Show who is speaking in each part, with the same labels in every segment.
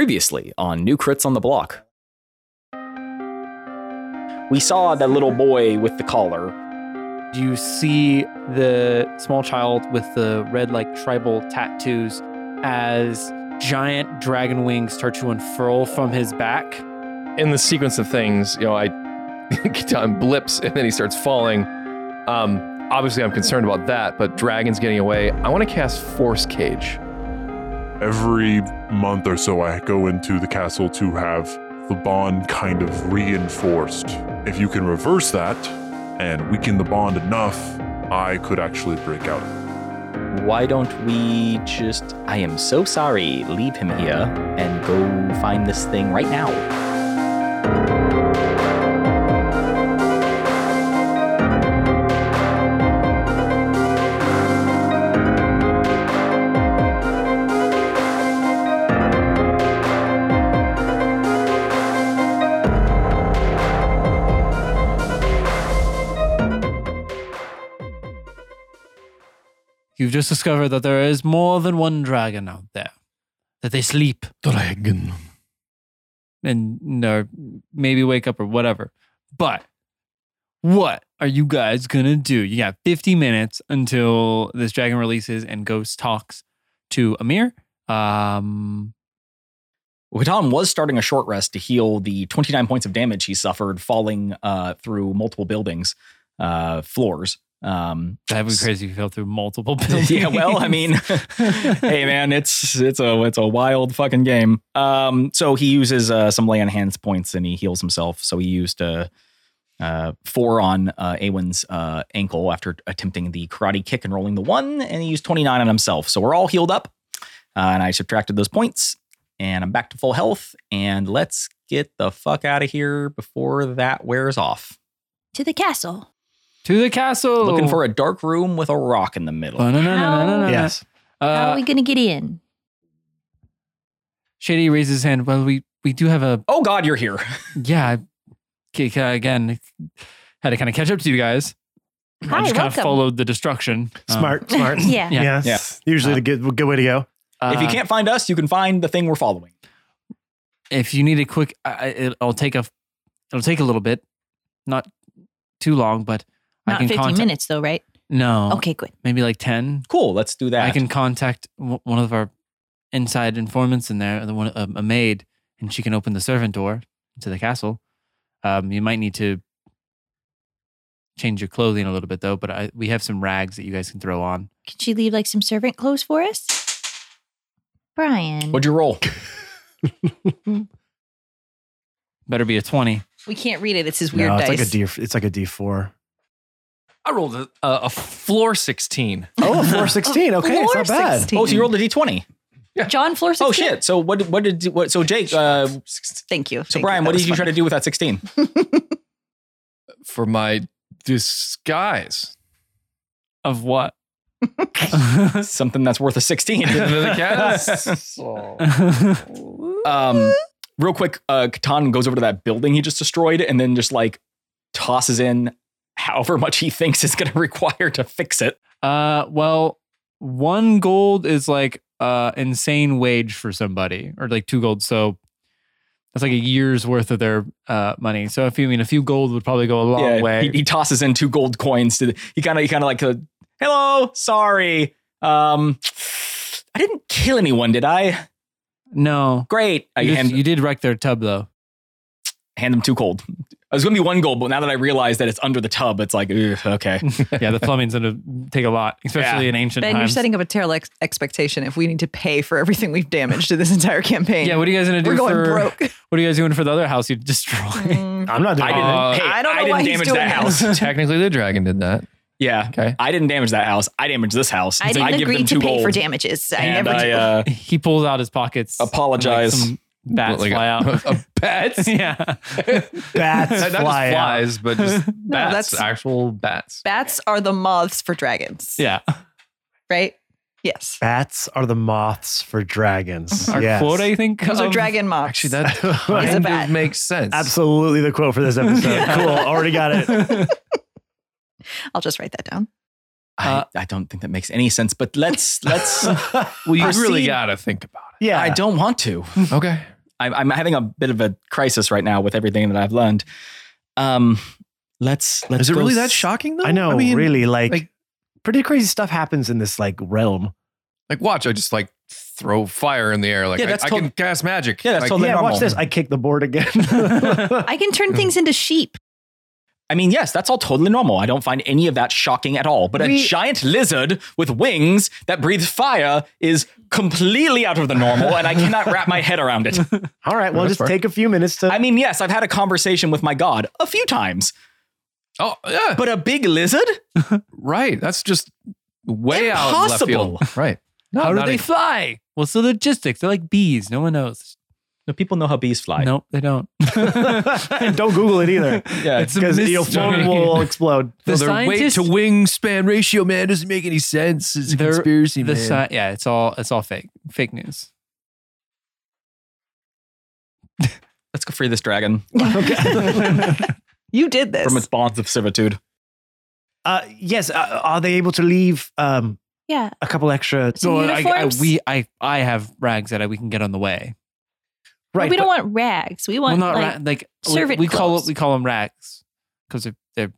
Speaker 1: Previously on New Crits on the Block. We saw that little boy with the collar.
Speaker 2: You see the small child with the red, like tribal tattoos as giant dragon wings start to unfurl from his back.
Speaker 3: in the sequence of things, you know, I Catan blips and then he starts falling. Um, obviously, I'm concerned about that, but dragon's getting away. I want to cast Force Cage.
Speaker 4: Every month or so, I go into the castle to have the bond kind of reinforced. If you can reverse that and weaken the bond enough, I could actually break out.
Speaker 1: Why don't we just, I am so sorry, leave him here and go find this thing right now?
Speaker 2: You've just discovered that there is more than one dragon out there, that they sleep
Speaker 3: Dragon.
Speaker 2: and or maybe wake up or whatever. But what are you guys gonna do? You got 50 minutes until this dragon releases and Ghost talks to Amir. Um,
Speaker 1: Well, Catan was starting a short rest to heal the 29 points of damage he suffered falling uh, through multiple buildings, uh, floors. Um,
Speaker 2: that would be crazy if you fell through multiple buildings.
Speaker 1: yeah, well, I mean, hey man, it's it's a it's a wild fucking game. Um, so he uses uh, some lay on hands points and he heals himself. So he used uh, uh, four on uh, Awen's uh, ankle after attempting the karate kick and rolling the one, and he used twenty nine on himself. So we're all healed up, uh, and I subtracted those points, and I'm back to full health. And let's get the fuck out of here before that wears off.
Speaker 5: to the castle.
Speaker 2: to the castle. Oh,
Speaker 1: Looking for a dark room with a rock in the middle.
Speaker 2: Ba-na-na-na-na-na-na.
Speaker 6: Yes.
Speaker 5: How
Speaker 2: Uh,
Speaker 5: are we gonna get in?
Speaker 2: Shady raises his hand. Well, we we do have a
Speaker 1: Oh God, you're here.
Speaker 2: yeah. I- k- k- Again, had to kind of catch up to you guys. I
Speaker 5: Hi,
Speaker 2: just kind of
Speaker 5: welcome.
Speaker 2: followed the destruction. Um,
Speaker 6: Smart, smart.
Speaker 5: Yeah.
Speaker 2: Yeah.
Speaker 6: Yes. Usually the good, good way to go.
Speaker 1: if you
Speaker 2: uh,
Speaker 1: can't find us, you can find the thing we're following.
Speaker 2: if you need a quick, I- I, it'll take a it'll take a little bit, not too long, but I
Speaker 5: Not
Speaker 2: can
Speaker 5: 15
Speaker 2: contact.
Speaker 5: minutes though, right?
Speaker 2: No,
Speaker 5: Okay, good.
Speaker 2: maybe like ten.
Speaker 1: Cool, let's do that.
Speaker 2: I can contact w- one of our inside informants in there, the one a, a maid, and she can open the servant door to the castle. Um, you might need to change your clothing a little bit though, but I, we have some rags that you guys can throw on.
Speaker 5: Can she leave like some servant clothes for us? Brian.
Speaker 1: What'd you roll?
Speaker 2: Better be a twenty.
Speaker 5: We can't read it. It's his
Speaker 6: no, it's like a D. It's like a D four.
Speaker 3: I rolled a, a a floor 16.
Speaker 6: Oh, a floor sixteen. Okay, it's not bad.
Speaker 1: Oh, so you rolled a d20.
Speaker 5: John Floor 16.
Speaker 1: Oh shit! So what? What did? What? So Jake. Uh, so
Speaker 5: Thank you. Thank
Speaker 1: Brian,
Speaker 5: you.
Speaker 1: what
Speaker 5: That
Speaker 1: did you
Speaker 5: was
Speaker 1: try to do with that 16?
Speaker 3: For my disguise.
Speaker 2: Of what?
Speaker 1: Something that's worth a 16.
Speaker 3: Another cast.
Speaker 1: um, real quick, uh, Catan goes over to that building he just destroyed, and then just like tosses in however much he thinks it's going to require to fix it.
Speaker 2: Uh, well, one gold is like uh insane wage for somebody, or like two gold. So that's like a year's worth of their uh money. So if you I mean a few gold would probably go a long way.
Speaker 1: He, he tosses in two gold coins to the, he kind of he kind of like uh, hello, sorry. Um I didn't kill anyone, did I?
Speaker 2: no,
Speaker 1: Great. I
Speaker 2: you, just-
Speaker 1: hand,
Speaker 2: you did wreck their tub though.
Speaker 1: hand them two cold. I was gonna be one gold, but now that I realize that it's under the tub, it's like ugh, okay.
Speaker 2: yeah, the plumbing's gonna take a lot, especially in ancient
Speaker 7: Ben, you're
Speaker 2: times.
Speaker 7: setting up a terrible ex- expectation if we need to pay for everything we've damaged to this entire campaign.
Speaker 2: yeah, what are you guys gonna do
Speaker 7: we're going
Speaker 2: for?
Speaker 7: broke.
Speaker 2: What are you guys doing for the other house you destroyed?
Speaker 6: I'm not doing
Speaker 1: I didn't.
Speaker 6: anything.
Speaker 3: Uh,
Speaker 1: hey,
Speaker 7: I don't know
Speaker 1: didn't
Speaker 7: why he's
Speaker 1: damage
Speaker 7: doing
Speaker 1: that
Speaker 7: that.
Speaker 1: house.
Speaker 3: Technically, the dragon did that.
Speaker 1: yeah,
Speaker 3: Okay.
Speaker 1: I didn't damage that house. I damaged this house.
Speaker 5: I
Speaker 1: So
Speaker 5: didn't
Speaker 1: give
Speaker 5: agree
Speaker 1: them
Speaker 5: to
Speaker 1: two
Speaker 5: pay for
Speaker 1: gold,
Speaker 5: damages. I
Speaker 1: and
Speaker 5: never
Speaker 1: I
Speaker 5: did.
Speaker 1: uh,
Speaker 2: he pulls out his pockets. and, like,
Speaker 1: Apologize.
Speaker 2: some bats
Speaker 3: Like a-
Speaker 2: fly out.
Speaker 3: A, bats?
Speaker 2: yeah.
Speaker 6: Bats
Speaker 3: Not just
Speaker 6: fly out.
Speaker 3: flies, but just bats.
Speaker 7: that's-
Speaker 3: actual bats.
Speaker 7: Bats are the moths for dragons.
Speaker 2: Yeah.
Speaker 7: Right? Yes.
Speaker 6: Bats are the moths for dragons.
Speaker 2: Our
Speaker 6: yes.
Speaker 2: quote, I think. Um,
Speaker 7: Those are
Speaker 2: of-
Speaker 7: dragon moths.
Speaker 3: Actually, that
Speaker 7: It's
Speaker 3: kind
Speaker 7: a
Speaker 3: of
Speaker 7: bat.
Speaker 3: makes sense.
Speaker 6: Absolutely the quote for this episode.
Speaker 2: Yeah.
Speaker 6: Cool. Already got it.
Speaker 7: I'll just write that down.
Speaker 1: I,
Speaker 2: Uh,
Speaker 1: I don't think that makes any sense, but let's let's.
Speaker 3: Well, you really
Speaker 1: Proceed.
Speaker 3: gotta think about
Speaker 6: yeah.
Speaker 1: I don't want to.
Speaker 3: it. Okay.
Speaker 1: I'm, I'm having a bit of a crisis right now with everything that I've learned. Um, let's let's.
Speaker 3: Is it
Speaker 1: go
Speaker 3: really that
Speaker 1: s-
Speaker 3: shocking though?
Speaker 6: I know.
Speaker 3: mean,
Speaker 6: really, like,
Speaker 3: like-
Speaker 6: pretty crazy stuff happens in this like realm.
Speaker 3: Like, watch, I just like throw fire in the air. Like,
Speaker 1: Yeah,
Speaker 3: I,
Speaker 1: that's
Speaker 3: I
Speaker 1: tot-
Speaker 3: can cast magic.
Speaker 1: Yeah, that's
Speaker 3: like,
Speaker 1: totally
Speaker 6: yeah,
Speaker 1: normal.
Speaker 6: watch this. I kick the board again.
Speaker 5: I can turn things into sheep.
Speaker 1: I mean, yes, that's all totally normal. I don't find any of that shocking at all. But a
Speaker 6: We-
Speaker 1: giant lizard with wings that breathes fire is completely out of the normal, and I cannot wrap my head around it.
Speaker 6: All right, well,
Speaker 3: That's
Speaker 6: just
Speaker 3: fair.
Speaker 6: take a few minutes to.
Speaker 1: I mean, yes, I've had a conversation with my god a few times,
Speaker 3: Oh, yeah.
Speaker 1: but a big lizard?
Speaker 3: Right. That's just way out of left
Speaker 1: Impossible.
Speaker 3: field. Right. No,
Speaker 2: How do
Speaker 3: not
Speaker 2: they
Speaker 3: even-
Speaker 2: fly? Well, it's the logistics. They're like bees. No one knows.
Speaker 1: No, people know how bees fly.
Speaker 2: Nope, they don't.
Speaker 6: and don't Google it either,
Speaker 1: Yeah,
Speaker 2: It's a
Speaker 6: because you'll
Speaker 2: mystery.
Speaker 6: will explode.
Speaker 2: The
Speaker 3: No, their weight
Speaker 2: scientists-
Speaker 3: to wingspan ratio, man, doesn't make any sense. It's a
Speaker 2: They're-
Speaker 3: conspiracy,
Speaker 2: The
Speaker 3: man.
Speaker 2: sci- yeah, it's all it's all fake fake news.
Speaker 1: let's go free this dragon
Speaker 7: You did this.
Speaker 1: from its bonds of servitude.
Speaker 6: Uh, yes, uh, are they able to leave um,
Speaker 5: Yeah.
Speaker 6: a couple extra?
Speaker 5: Some
Speaker 2: I, I
Speaker 5: uniforms?
Speaker 2: we I I have rags that I, we can get on the way.
Speaker 5: But
Speaker 6: Right,
Speaker 5: we don't
Speaker 6: but-
Speaker 5: want rags. We want
Speaker 2: well, not
Speaker 5: like,
Speaker 2: ra- like we-
Speaker 5: servant
Speaker 2: we call it
Speaker 5: clothes.
Speaker 2: we call them rags because they're they're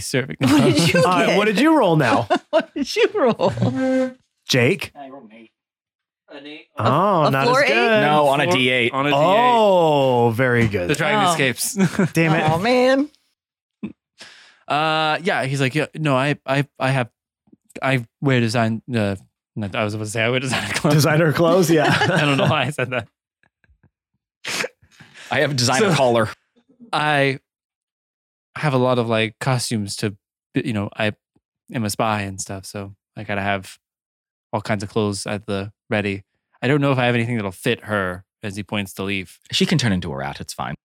Speaker 2: servant.
Speaker 5: What did you
Speaker 6: All right,
Speaker 5: get?
Speaker 6: what did you roll now,
Speaker 7: what did you roll?
Speaker 6: Jake?
Speaker 7: a
Speaker 6: Oh, not
Speaker 7: floor
Speaker 6: as
Speaker 7: eight?
Speaker 8: Uh,
Speaker 6: good.
Speaker 1: No, on a D8.
Speaker 2: on a D8.
Speaker 6: Oh, very
Speaker 2: The
Speaker 6: good.
Speaker 2: dragon
Speaker 7: Oh.
Speaker 2: escapes.
Speaker 6: Damn
Speaker 7: Oh
Speaker 6: it.
Speaker 7: man.
Speaker 2: uh, yeah, he's like, yeah, no, I I I have I wear design. Uh, not- I was about to say I wear design clothes.
Speaker 6: Designer clothes,
Speaker 2: I
Speaker 6: yeah.
Speaker 2: don't know why I said that.
Speaker 1: I have designer
Speaker 2: So-
Speaker 1: collar.
Speaker 2: I have a lot of like costumes to, you know, I am a spy and stuff. So I gotta have all kinds of clothes at the ready. I don't know if I have anything that'll fit her as he points to leave.
Speaker 1: She can turn into a rat. It's fine.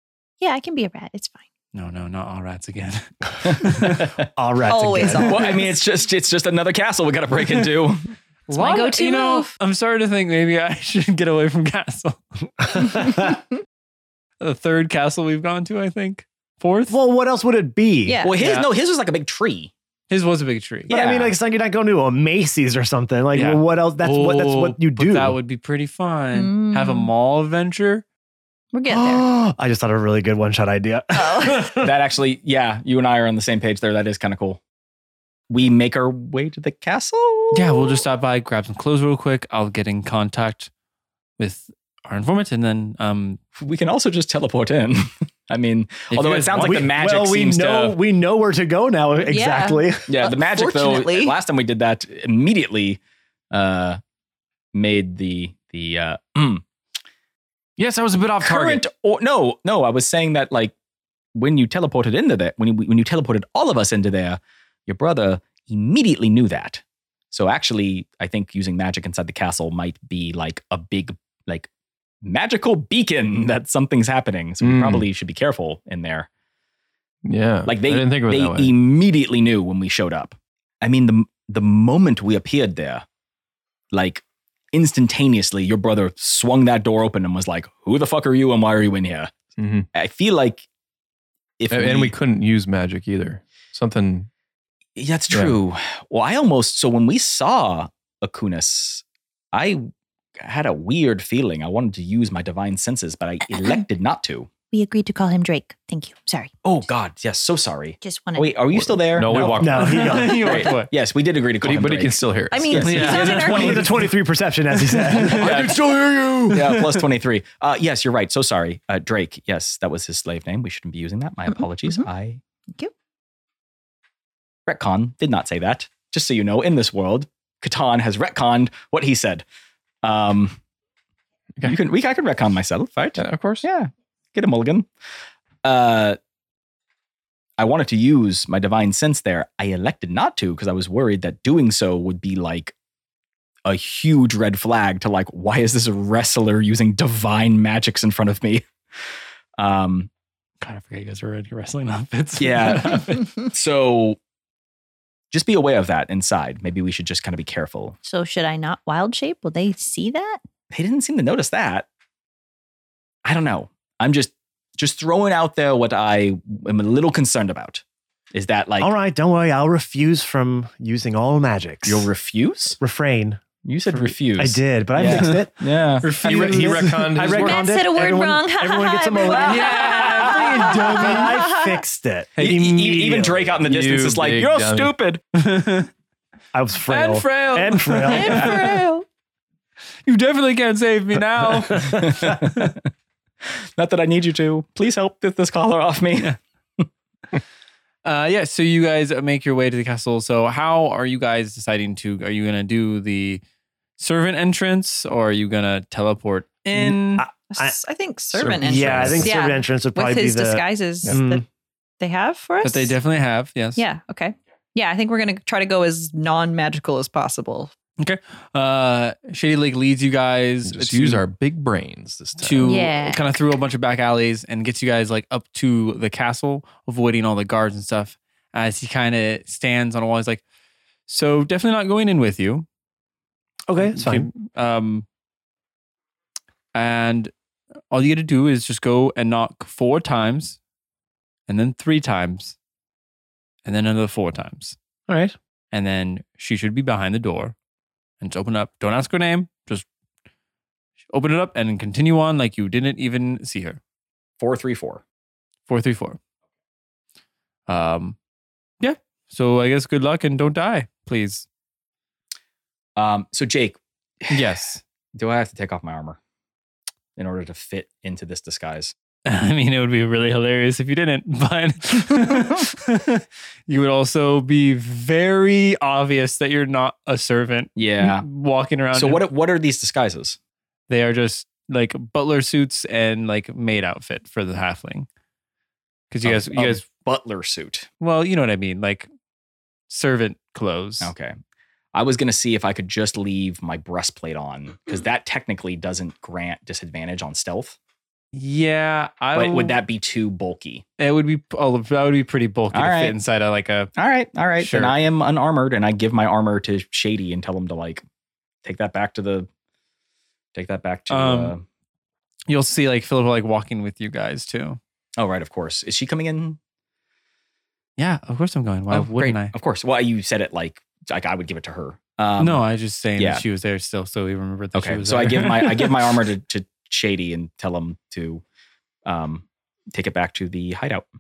Speaker 5: yeah, I can be a rat. It's fine.
Speaker 2: No, no, not all rats again.
Speaker 1: well,
Speaker 6: All right.
Speaker 7: Always
Speaker 6: again.
Speaker 7: on.
Speaker 1: I mean, it's just it's just another castle we got to break into.
Speaker 2: It's
Speaker 5: my go-to
Speaker 2: you know,
Speaker 5: move.
Speaker 2: I'm starting to think maybe I should get away from castle. The third castle we've gone to, I think. Fourth?
Speaker 6: well, what else would it be?
Speaker 7: Yeah.
Speaker 1: Well, his
Speaker 2: Yeah.
Speaker 1: no, his was like a big tree.
Speaker 2: His was a big tree.
Speaker 6: But I mean, like, it's like you're not going to a Macy's or something. Like,
Speaker 2: Yeah.
Speaker 6: well, what else? That's what. That's
Speaker 2: Oh,
Speaker 6: what you
Speaker 2: but
Speaker 6: do.
Speaker 2: That would be pretty fun. Have a
Speaker 7: Mm.
Speaker 2: mall adventure.
Speaker 5: We're getting there.
Speaker 6: I just thought of a really good one shot idea.
Speaker 7: Oh.
Speaker 8: Oh.
Speaker 1: that actually, yeah, you and I are on the same page there. That is kind of cool. We make our way to the castle.
Speaker 2: Yeah, we'll just stop by, grab some clothes real quick. I'll get in contact with our informant, and then um,
Speaker 1: We can also just teleport in. I mean,
Speaker 2: if
Speaker 1: Although
Speaker 2: you
Speaker 1: it
Speaker 2: guys
Speaker 1: sounds
Speaker 2: want-
Speaker 1: like the magic
Speaker 6: well, we
Speaker 1: seems to-
Speaker 6: know we know where to go now exactly.
Speaker 1: yeah, the magic though.
Speaker 7: Unfortunately.
Speaker 1: Last time we did that, immediately uh, made the the uh,
Speaker 2: yes, I was a bit off target.
Speaker 1: current or no no i was saying that like when you teleported into there when you, when you teleported all of us into there your brother immediately knew that so actually i think using magic inside the castle might be like a big like magical beacon that something's happening so
Speaker 2: Hmm.
Speaker 1: we
Speaker 3: Mm.
Speaker 1: probably should be careful in there
Speaker 3: Yeah.
Speaker 1: Like, they-
Speaker 3: I didn't think of it
Speaker 1: they
Speaker 3: that way.
Speaker 1: immediately knew when we showed up i mean the the moment we appeared there like instantaneously your brother swung that door open and was like who the fuck are you and why are you in here
Speaker 3: Mhm.
Speaker 1: I feel like if
Speaker 3: And, and we couldn't use magic either. Something.
Speaker 1: Yeah, that's
Speaker 3: Yeah.
Speaker 1: true. Well, I almost so when we saw Akunis, I had a weird feeling. I wanted to use my divine senses, but I elected not to.
Speaker 5: We agreed to call him Drake. Thank you. Sorry.
Speaker 1: Oh God, yes, so sorry.
Speaker 5: Just wanted
Speaker 1: Wait, are you still there?
Speaker 3: No, we walked.
Speaker 6: No, he got
Speaker 2: You
Speaker 1: Great.
Speaker 2: walked away.
Speaker 1: Yes, we did agree to
Speaker 3: But
Speaker 1: call
Speaker 3: he,
Speaker 1: him
Speaker 3: but he can
Speaker 1: Drake.
Speaker 3: still hear.
Speaker 7: I mean,
Speaker 1: Yes,
Speaker 7: he's
Speaker 2: yeah.
Speaker 7: not
Speaker 2: He's
Speaker 7: an
Speaker 2: a
Speaker 7: arc-
Speaker 6: with a 23 perception, as he said.
Speaker 1: Yeah.
Speaker 3: still hear you.
Speaker 1: yeah, plus 23. Uh, yes, you're right. So sorry. Uh, Drake, yes, that was his slave name. We shouldn't be using that. My
Speaker 7: Mhm,
Speaker 1: apologies.
Speaker 3: mm-hmm.
Speaker 7: mhm.
Speaker 1: I.
Speaker 7: Thank you.
Speaker 1: Retcon did not say that. Just so you know, in this world, Catan has retconned what he said. Um,
Speaker 3: Okay.
Speaker 1: you can, we, I can retcon myself, right?
Speaker 3: Yeah, of course.
Speaker 1: Yeah, get a mulligan. Uh, I wanted to use my divine sense there. I elected not to because I was worried that doing so would be like a huge red flag to like, why is this wrestler using divine magics in front of me? Um,
Speaker 2: Kind of forget you guys were in your wrestling outfits.
Speaker 1: Yeah. so just be aware of that inside. Maybe we should just kind of be careful.
Speaker 5: So should I not wild shape? Will they see that?
Speaker 1: They didn't seem to notice that. I don't know. I'm just just throwing out there what I am a little concerned about. Is that like
Speaker 6: all right, don't worry. I'll refuse from using all magics.
Speaker 1: you'll refuse?
Speaker 6: refrain.
Speaker 1: You said refuse.
Speaker 6: I did, but I
Speaker 1: Yeah.
Speaker 6: fixed it.
Speaker 1: Yeah.
Speaker 3: He, re- he retconned
Speaker 6: I
Speaker 3: his work.
Speaker 5: Matt said a word
Speaker 6: everyone,
Speaker 5: wrong.
Speaker 6: Everyone gets a moment.
Speaker 5: Everyone.
Speaker 6: yeah, you dummy. I fixed it.
Speaker 1: E- e- e- even
Speaker 6: Immediately.
Speaker 1: Drake out in the distance
Speaker 3: You
Speaker 1: is like,
Speaker 3: big
Speaker 1: "You're
Speaker 3: dummy."
Speaker 1: stupid."
Speaker 6: I was frail.
Speaker 3: And frail.
Speaker 6: And frail.
Speaker 2: You definitely can't save me now.
Speaker 1: Not that I need you to. Please help get this collar off me.
Speaker 2: Uh, yeah, so you guys make your way to the castle. So how are you guys deciding to? Are you gonna do the servant entrance, or are you gonna teleport in?
Speaker 6: I- I-
Speaker 7: S- I think servant entrance.
Speaker 6: yeah, I think
Speaker 7: Yeah.
Speaker 6: servant entrance would probably
Speaker 7: with his
Speaker 6: be the.
Speaker 7: disguises
Speaker 6: Yeah.
Speaker 7: that
Speaker 6: Mm.
Speaker 7: they have for us.
Speaker 2: That they definitely have. Yes.
Speaker 7: Yeah. Okay. Yeah, I think we're gonna try to go as non-magical as possible.
Speaker 2: Uh, Shady Lake leads you guys.
Speaker 3: Just
Speaker 2: to-
Speaker 3: use our big brains this time.
Speaker 2: to
Speaker 5: Yeah.
Speaker 2: kind of through a bunch of back alleys and gets you guys like up to the castle, avoiding all the guards and stuff. As he kind of stands on a wall, he's like, "So definitely not going in with you."
Speaker 6: okay, it's fine.
Speaker 2: Um, and all you got to do is just go and knock four times, and then three times, and then another four times,
Speaker 6: All right.
Speaker 2: and then she should be behind the door, and just open up. Don't ask her name. Just open it up and continue on like you didn't even see her.
Speaker 1: Four three four.
Speaker 2: Four three four. Um, yeah. So I guess good luck and don't die, please.
Speaker 1: Um. So Jake,
Speaker 2: Yes.
Speaker 1: do I have to take off my armor in order to fit into this disguise?
Speaker 2: I mean, it would be really hilarious if you didn't, but you would also be very obvious that you're not a servant
Speaker 1: Yeah.
Speaker 2: walking around.
Speaker 1: So
Speaker 2: in-
Speaker 1: what? What are these disguises?
Speaker 2: They are just like butler suits and like maid outfit for the halfling. Because you
Speaker 1: A-
Speaker 2: guys, you
Speaker 1: a
Speaker 2: guys,
Speaker 1: butler suit.
Speaker 2: well, you know what I mean, like servant clothes.
Speaker 1: Okay. I was gonna see if I could just leave my breastplate on because that technically doesn't grant disadvantage on stealth.
Speaker 2: Yeah, I
Speaker 1: But would that be too bulky?
Speaker 2: It would be oh, that would be pretty bulky
Speaker 1: All
Speaker 2: to
Speaker 1: right.
Speaker 2: fit inside of like a
Speaker 1: All right, all right.
Speaker 2: Sure.
Speaker 1: Then I am unarmored, and I give my armor to Shady and tell him to like take that back to the take that back to. uh,
Speaker 2: Um, you'll see like Philip like walking with you guys too.
Speaker 1: uh, oh, right, of course. Is she coming in?
Speaker 2: Yeah, of course I'm going. Why
Speaker 1: oh,
Speaker 2: wouldn't
Speaker 1: great.
Speaker 2: I?
Speaker 1: Of course. Well, you said it like like I would give it to her. Um,
Speaker 2: no, I was just saying
Speaker 1: yeah.
Speaker 2: that she was there still, so we remembered that she
Speaker 1: Okay,
Speaker 2: was
Speaker 1: so I
Speaker 2: there.
Speaker 1: give my I give my armor to, to Shady and tell him to um take it back to the hideout. I-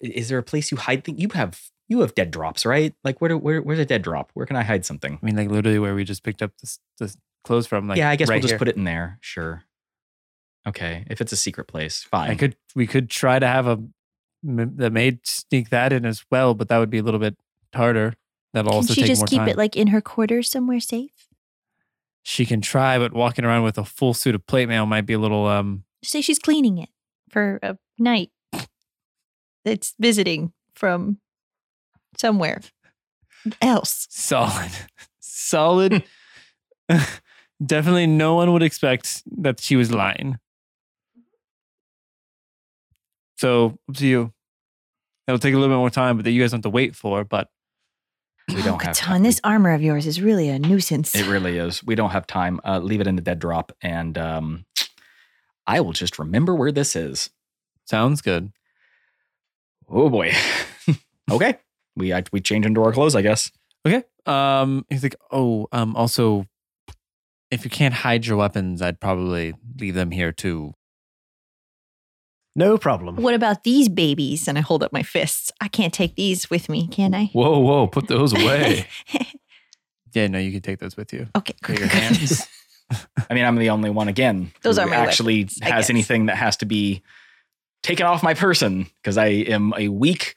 Speaker 1: Is there a place you hide things? You have you have dead drops, right? Like where do, where where's a dead drop? Where can I hide something?
Speaker 2: I mean, like literally where we just picked up this this clothes from. Like,
Speaker 1: yeah, I guess
Speaker 2: right
Speaker 1: we'll just
Speaker 2: here.
Speaker 1: put it in there. Sure. Okay, if it's a secret place, fine.
Speaker 2: I could we could try to have a m- the maid sneak that in as well, but that would be a little bit harder. That'll
Speaker 5: Can
Speaker 2: also
Speaker 5: she
Speaker 2: take
Speaker 5: just
Speaker 2: more
Speaker 5: keep
Speaker 2: time.
Speaker 5: it like in her quarters somewhere safe?
Speaker 2: she can try, but walking around with a full suit of plate mail might be a little um.
Speaker 5: Say she's cleaning it for a night. It's visiting from somewhere else.
Speaker 2: solid, solid. Hmm. Definitely, no one would expect that she was lying. So up to you. It'll take a little bit more time, but that you guys don't have to wait for. But
Speaker 1: We don't have
Speaker 5: Catan, this armor of yours is really a nuisance.
Speaker 1: It really is. We don't have time. Uh, leave it in the dead drop, and um, I will just remember where this is.
Speaker 2: sounds good.
Speaker 1: Oh boy. okay. We I, we change into our clothes, I guess.
Speaker 2: Okay. Um, he's like, oh, um, also, if you can't hide your weapons, I'd probably leave them here too.
Speaker 6: No problem.
Speaker 5: What about these babies?
Speaker 7: And I hold up my fists.
Speaker 5: I can't take these with me, can I?
Speaker 3: Whoa, whoa, put those away.
Speaker 2: Yeah, no, you can take those with you.
Speaker 5: okay.
Speaker 2: Put your hands.
Speaker 1: I mean, I'm the only one again.
Speaker 7: Those
Speaker 1: who
Speaker 7: are my
Speaker 1: actually
Speaker 7: weapons, I
Speaker 1: has
Speaker 7: guess.
Speaker 1: anything that has to be taken off my person because I am a weak,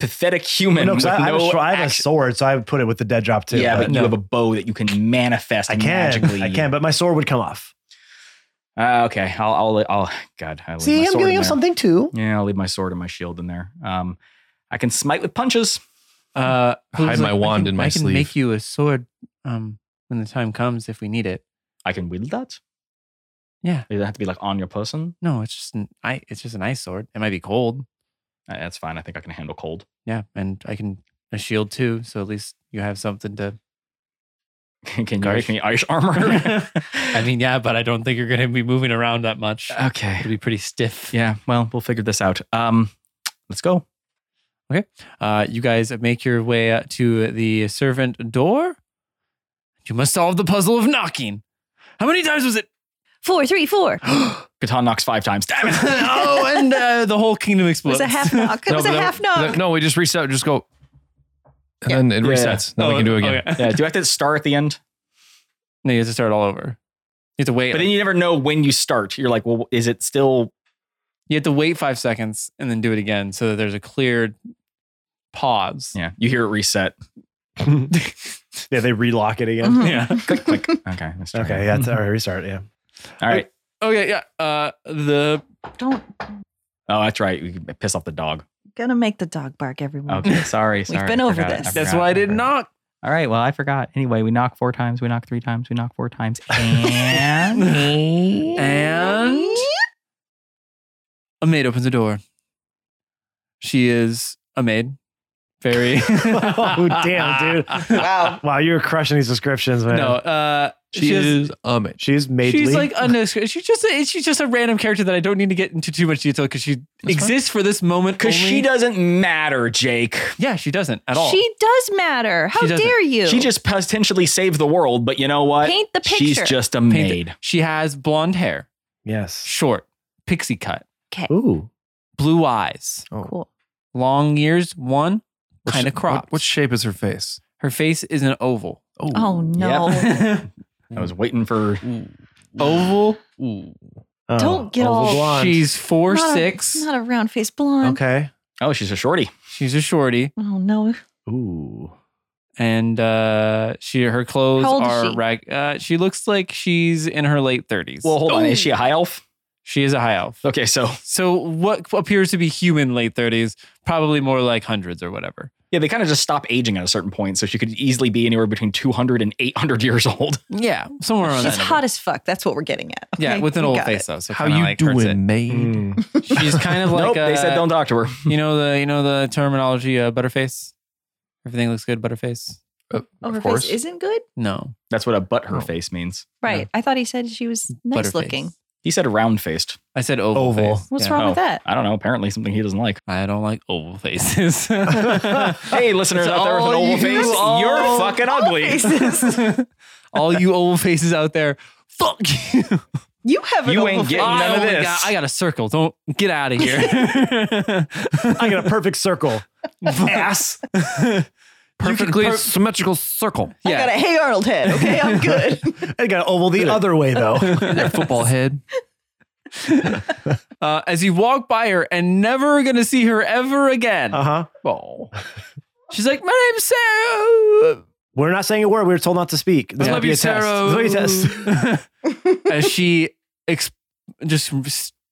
Speaker 1: pathetic
Speaker 6: Well,
Speaker 1: human
Speaker 6: no,
Speaker 1: with
Speaker 6: 'cause I, I have
Speaker 1: no
Speaker 6: a sword- I have a
Speaker 1: action-
Speaker 6: sword, so I would put it with the dead drop too.
Speaker 1: yeah, but you
Speaker 2: no.
Speaker 1: have a bow that you can manifest
Speaker 6: I can,
Speaker 1: magically.
Speaker 6: I can, but my sword would come off.
Speaker 1: Ah, okay, I'll, I'll, I'll, God, I'll leave my
Speaker 6: See, I'm
Speaker 1: sword
Speaker 6: giving
Speaker 1: in
Speaker 6: up
Speaker 1: there.
Speaker 6: something too.
Speaker 1: Yeah, I'll leave my sword and my shield in there. Um, I can smite with punches.
Speaker 2: Uh,
Speaker 3: Hide
Speaker 2: Philip's
Speaker 3: my
Speaker 2: like, "I
Speaker 3: wand
Speaker 2: can-
Speaker 3: in my
Speaker 2: I can
Speaker 3: sleeve."
Speaker 2: make you a sword. Um, when the time comes, if we need it.
Speaker 1: I can wield that.
Speaker 2: Yeah.
Speaker 1: Does it have to be like on your person?
Speaker 2: No, it's just an I. It's just an ice sword. It might be cold.
Speaker 1: Uh, That's fine. I think I can handle cold.
Speaker 2: Yeah, and I can a shield too. So at least you have something to.
Speaker 1: can you
Speaker 2: Gosh.
Speaker 1: make me ice armor?
Speaker 2: I mean, yeah, but I don't think you're going to be moving around that much.
Speaker 7: Uh,
Speaker 1: okay.
Speaker 2: It'll be pretty stiff.
Speaker 1: Yeah, well, we'll figure this out. Um, let's go.
Speaker 2: Uh, you guys make your way out to the servant door. You must solve the puzzle of knocking. How many times was it?
Speaker 5: Four, three, four.
Speaker 1: Catan knocks five times. Damn it!
Speaker 2: oh, and uh, the whole kingdom
Speaker 7: It
Speaker 2: explodes.
Speaker 7: was a half knock. It was
Speaker 3: but
Speaker 7: a
Speaker 3: then-
Speaker 7: half knock.
Speaker 3: then- no, we just reset. Just go, and then it
Speaker 1: Yeah.
Speaker 3: resets. Then we
Speaker 2: Oh,
Speaker 3: can do it again.
Speaker 2: okay.
Speaker 1: yeah, do you have to start at the end?
Speaker 2: No, you have to start all over. You have to wait.
Speaker 1: But then you never know when you start. You're like, well, is it still?
Speaker 2: you have to wait five seconds and then do it again so that there's a clear pause.
Speaker 1: Yeah, you hear it reset.
Speaker 6: Yeah, they relock it
Speaker 5: Mm-hmm.
Speaker 6: again.
Speaker 7: Mhm.
Speaker 1: click, click. Okay, let's try
Speaker 6: Okay,
Speaker 1: it.
Speaker 6: yeah, it's, all right, restart. Yeah,
Speaker 1: All right.
Speaker 2: Okay, yeah. Uh, the
Speaker 7: Don't
Speaker 1: Oh, that's right. We can piss off the dog.
Speaker 7: gonna make the dog bark everyone.
Speaker 1: Okay, sorry, sorry.
Speaker 7: been
Speaker 1: I
Speaker 7: over
Speaker 1: forgot,
Speaker 7: this.
Speaker 2: that's
Speaker 1: forgot,
Speaker 2: why I didn't
Speaker 1: forgot.
Speaker 2: knock.
Speaker 1: All right. Well, I forgot. Anyway, we knock four times. We knock three times. We knock four times. And
Speaker 2: And a maid opens the door. She is a maid. Very.
Speaker 6: Oh, damn, dude.
Speaker 7: Wow.
Speaker 6: Wow, you were crushing these descriptions, man.
Speaker 2: No, uh,
Speaker 3: She is a mage.
Speaker 6: she's maidly.
Speaker 2: She's like unnecessary. She's just a, she's just a random character that I don't need to get into too much detail because she exists for this moment.
Speaker 1: because
Speaker 2: only.
Speaker 1: she doesn't matter, Jake.
Speaker 2: Yeah, she doesn't at all.
Speaker 5: She does matter. How
Speaker 2: She uh, doesn't.
Speaker 5: dare you?
Speaker 1: She just potentially saved the world, but you know what?
Speaker 5: paint the picture.
Speaker 1: She's just a
Speaker 2: Paint
Speaker 1: maid.
Speaker 2: she has blonde hair,
Speaker 6: yes.
Speaker 2: short, pixie cut,
Speaker 6: Ooh,
Speaker 2: blue eyes,
Speaker 7: Cool.
Speaker 2: long ears, one
Speaker 3: What
Speaker 2: kind
Speaker 3: sh-
Speaker 2: of cropped.
Speaker 3: What, what shape is her face?
Speaker 2: Her face is an oval.
Speaker 5: oh no.
Speaker 1: Yep. I was waiting for.
Speaker 2: Oval.
Speaker 6: Oh,
Speaker 5: Don't get
Speaker 6: oval
Speaker 5: all-
Speaker 6: blonde.
Speaker 2: She's four
Speaker 5: Not a-
Speaker 2: six.
Speaker 5: Not a round faced blonde.
Speaker 6: okay.
Speaker 1: Oh, she's a shorty.
Speaker 2: She's a shorty,
Speaker 5: Oh no.
Speaker 6: Ooh,
Speaker 2: and uh, she her clothes
Speaker 5: How old is
Speaker 2: are
Speaker 5: she?
Speaker 2: rag. Uh, she looks like she's in her late thirties.
Speaker 1: Well, hold on. Is she a high elf?
Speaker 2: she is a high elf.
Speaker 1: Okay, so
Speaker 2: So what appears to be human late thirties, probably more like hundreds or whatever.
Speaker 1: yeah, they kind of just stop aging at a certain point, so she could easily be anywhere between 200 and 800 years old.
Speaker 2: Yeah, somewhere around
Speaker 7: She's
Speaker 2: that. number.
Speaker 7: hot as fuck. That's what we're getting at.
Speaker 2: Yeah,
Speaker 7: okay?
Speaker 2: with an
Speaker 7: We
Speaker 2: old
Speaker 7: got
Speaker 2: face
Speaker 7: it.
Speaker 2: though. So
Speaker 3: How
Speaker 2: kinda
Speaker 3: you
Speaker 2: like hurts
Speaker 3: doing, maid?
Speaker 1: Mm.
Speaker 6: Mm.
Speaker 2: it. She's kind of like
Speaker 1: nope, they said
Speaker 2: uh,
Speaker 1: don't talk to her.
Speaker 2: You know the you know the terminology uh, butterface. Everything looks good, butterface.
Speaker 3: Uh,
Speaker 7: Oh, her
Speaker 3: of course.
Speaker 7: face isn't good.
Speaker 2: No,
Speaker 1: That's what a butt her face means.
Speaker 7: Right. I thought he said she was nice
Speaker 2: Butterface.
Speaker 7: looking.
Speaker 1: He said round faced.
Speaker 2: I said oval.
Speaker 6: Oval.
Speaker 2: face.
Speaker 7: What's
Speaker 2: Yeah.
Speaker 7: wrong
Speaker 1: Oh.
Speaker 7: with that?
Speaker 1: I don't know. Apparently, something he doesn't like.
Speaker 2: I don't like oval faces.
Speaker 1: Hey, listeners
Speaker 2: It's
Speaker 1: out there with an
Speaker 2: all
Speaker 1: oval
Speaker 2: you,
Speaker 1: face,
Speaker 2: all-
Speaker 1: you're fucking ugly.
Speaker 2: All you oval faces out there, fuck you.
Speaker 7: You have an
Speaker 1: You
Speaker 7: oval
Speaker 1: ain't
Speaker 7: face.
Speaker 1: getting none
Speaker 2: Oh
Speaker 1: of
Speaker 2: my
Speaker 1: this.
Speaker 2: God, I got a circle. Don't get out of here.
Speaker 6: I got a perfect circle.
Speaker 2: Ass. Perfectly.
Speaker 3: Perfectly symmetrical circle.
Speaker 7: I got a Hey Arnold head. Okay, I'm good.
Speaker 6: I got an oval the other way though.
Speaker 3: Your football head.
Speaker 2: uh, as you walk by her and never gonna see her ever again.
Speaker 8: Uh-huh.
Speaker 6: Uh huh.
Speaker 3: Oh.
Speaker 2: She's like, my name's Sarah.
Speaker 6: We're not saying a word. We were told not to speak. This
Speaker 2: Yeah.
Speaker 6: might be a test. This might be a test.
Speaker 2: as she ex- just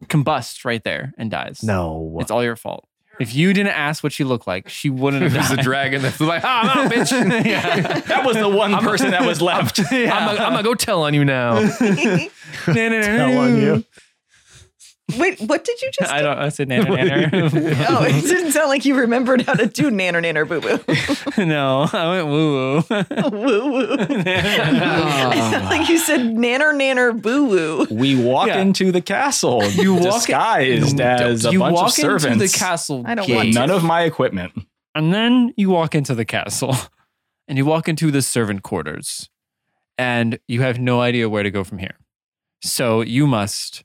Speaker 2: combusts right there and dies.
Speaker 6: No.
Speaker 2: It's all your fault. If you didn't ask what she looked like, she wouldn't have
Speaker 3: It was a
Speaker 2: died.
Speaker 3: dragon that flew by. Ah, I'm out, bitch.
Speaker 2: yeah.
Speaker 1: That was the one person that was left.
Speaker 2: Yeah.
Speaker 3: I'm going to go tell on you now.
Speaker 2: No, no, no, no,
Speaker 6: Tell on
Speaker 2: no.
Speaker 6: you.
Speaker 7: Wait, what did you just
Speaker 2: I don't. I said nanner nanner.
Speaker 7: Oh, it didn't sound like you remembered how to do nanner nanner boo boo.
Speaker 2: no, I went woo woo.
Speaker 7: woo woo. It
Speaker 3: Oh,
Speaker 7: sounded like you said nanner nanner boo woo.
Speaker 1: We walk
Speaker 2: Yeah.
Speaker 1: into the castle. You
Speaker 2: walk-
Speaker 1: disguised as a
Speaker 2: you
Speaker 1: bunch
Speaker 2: walk
Speaker 1: of servants.
Speaker 2: into the castle
Speaker 7: I don't
Speaker 2: gate,
Speaker 7: want
Speaker 1: None of my equipment.
Speaker 2: and then you walk into the castle, and you walk into the servant quarters, and you have no idea where to go from here. So you must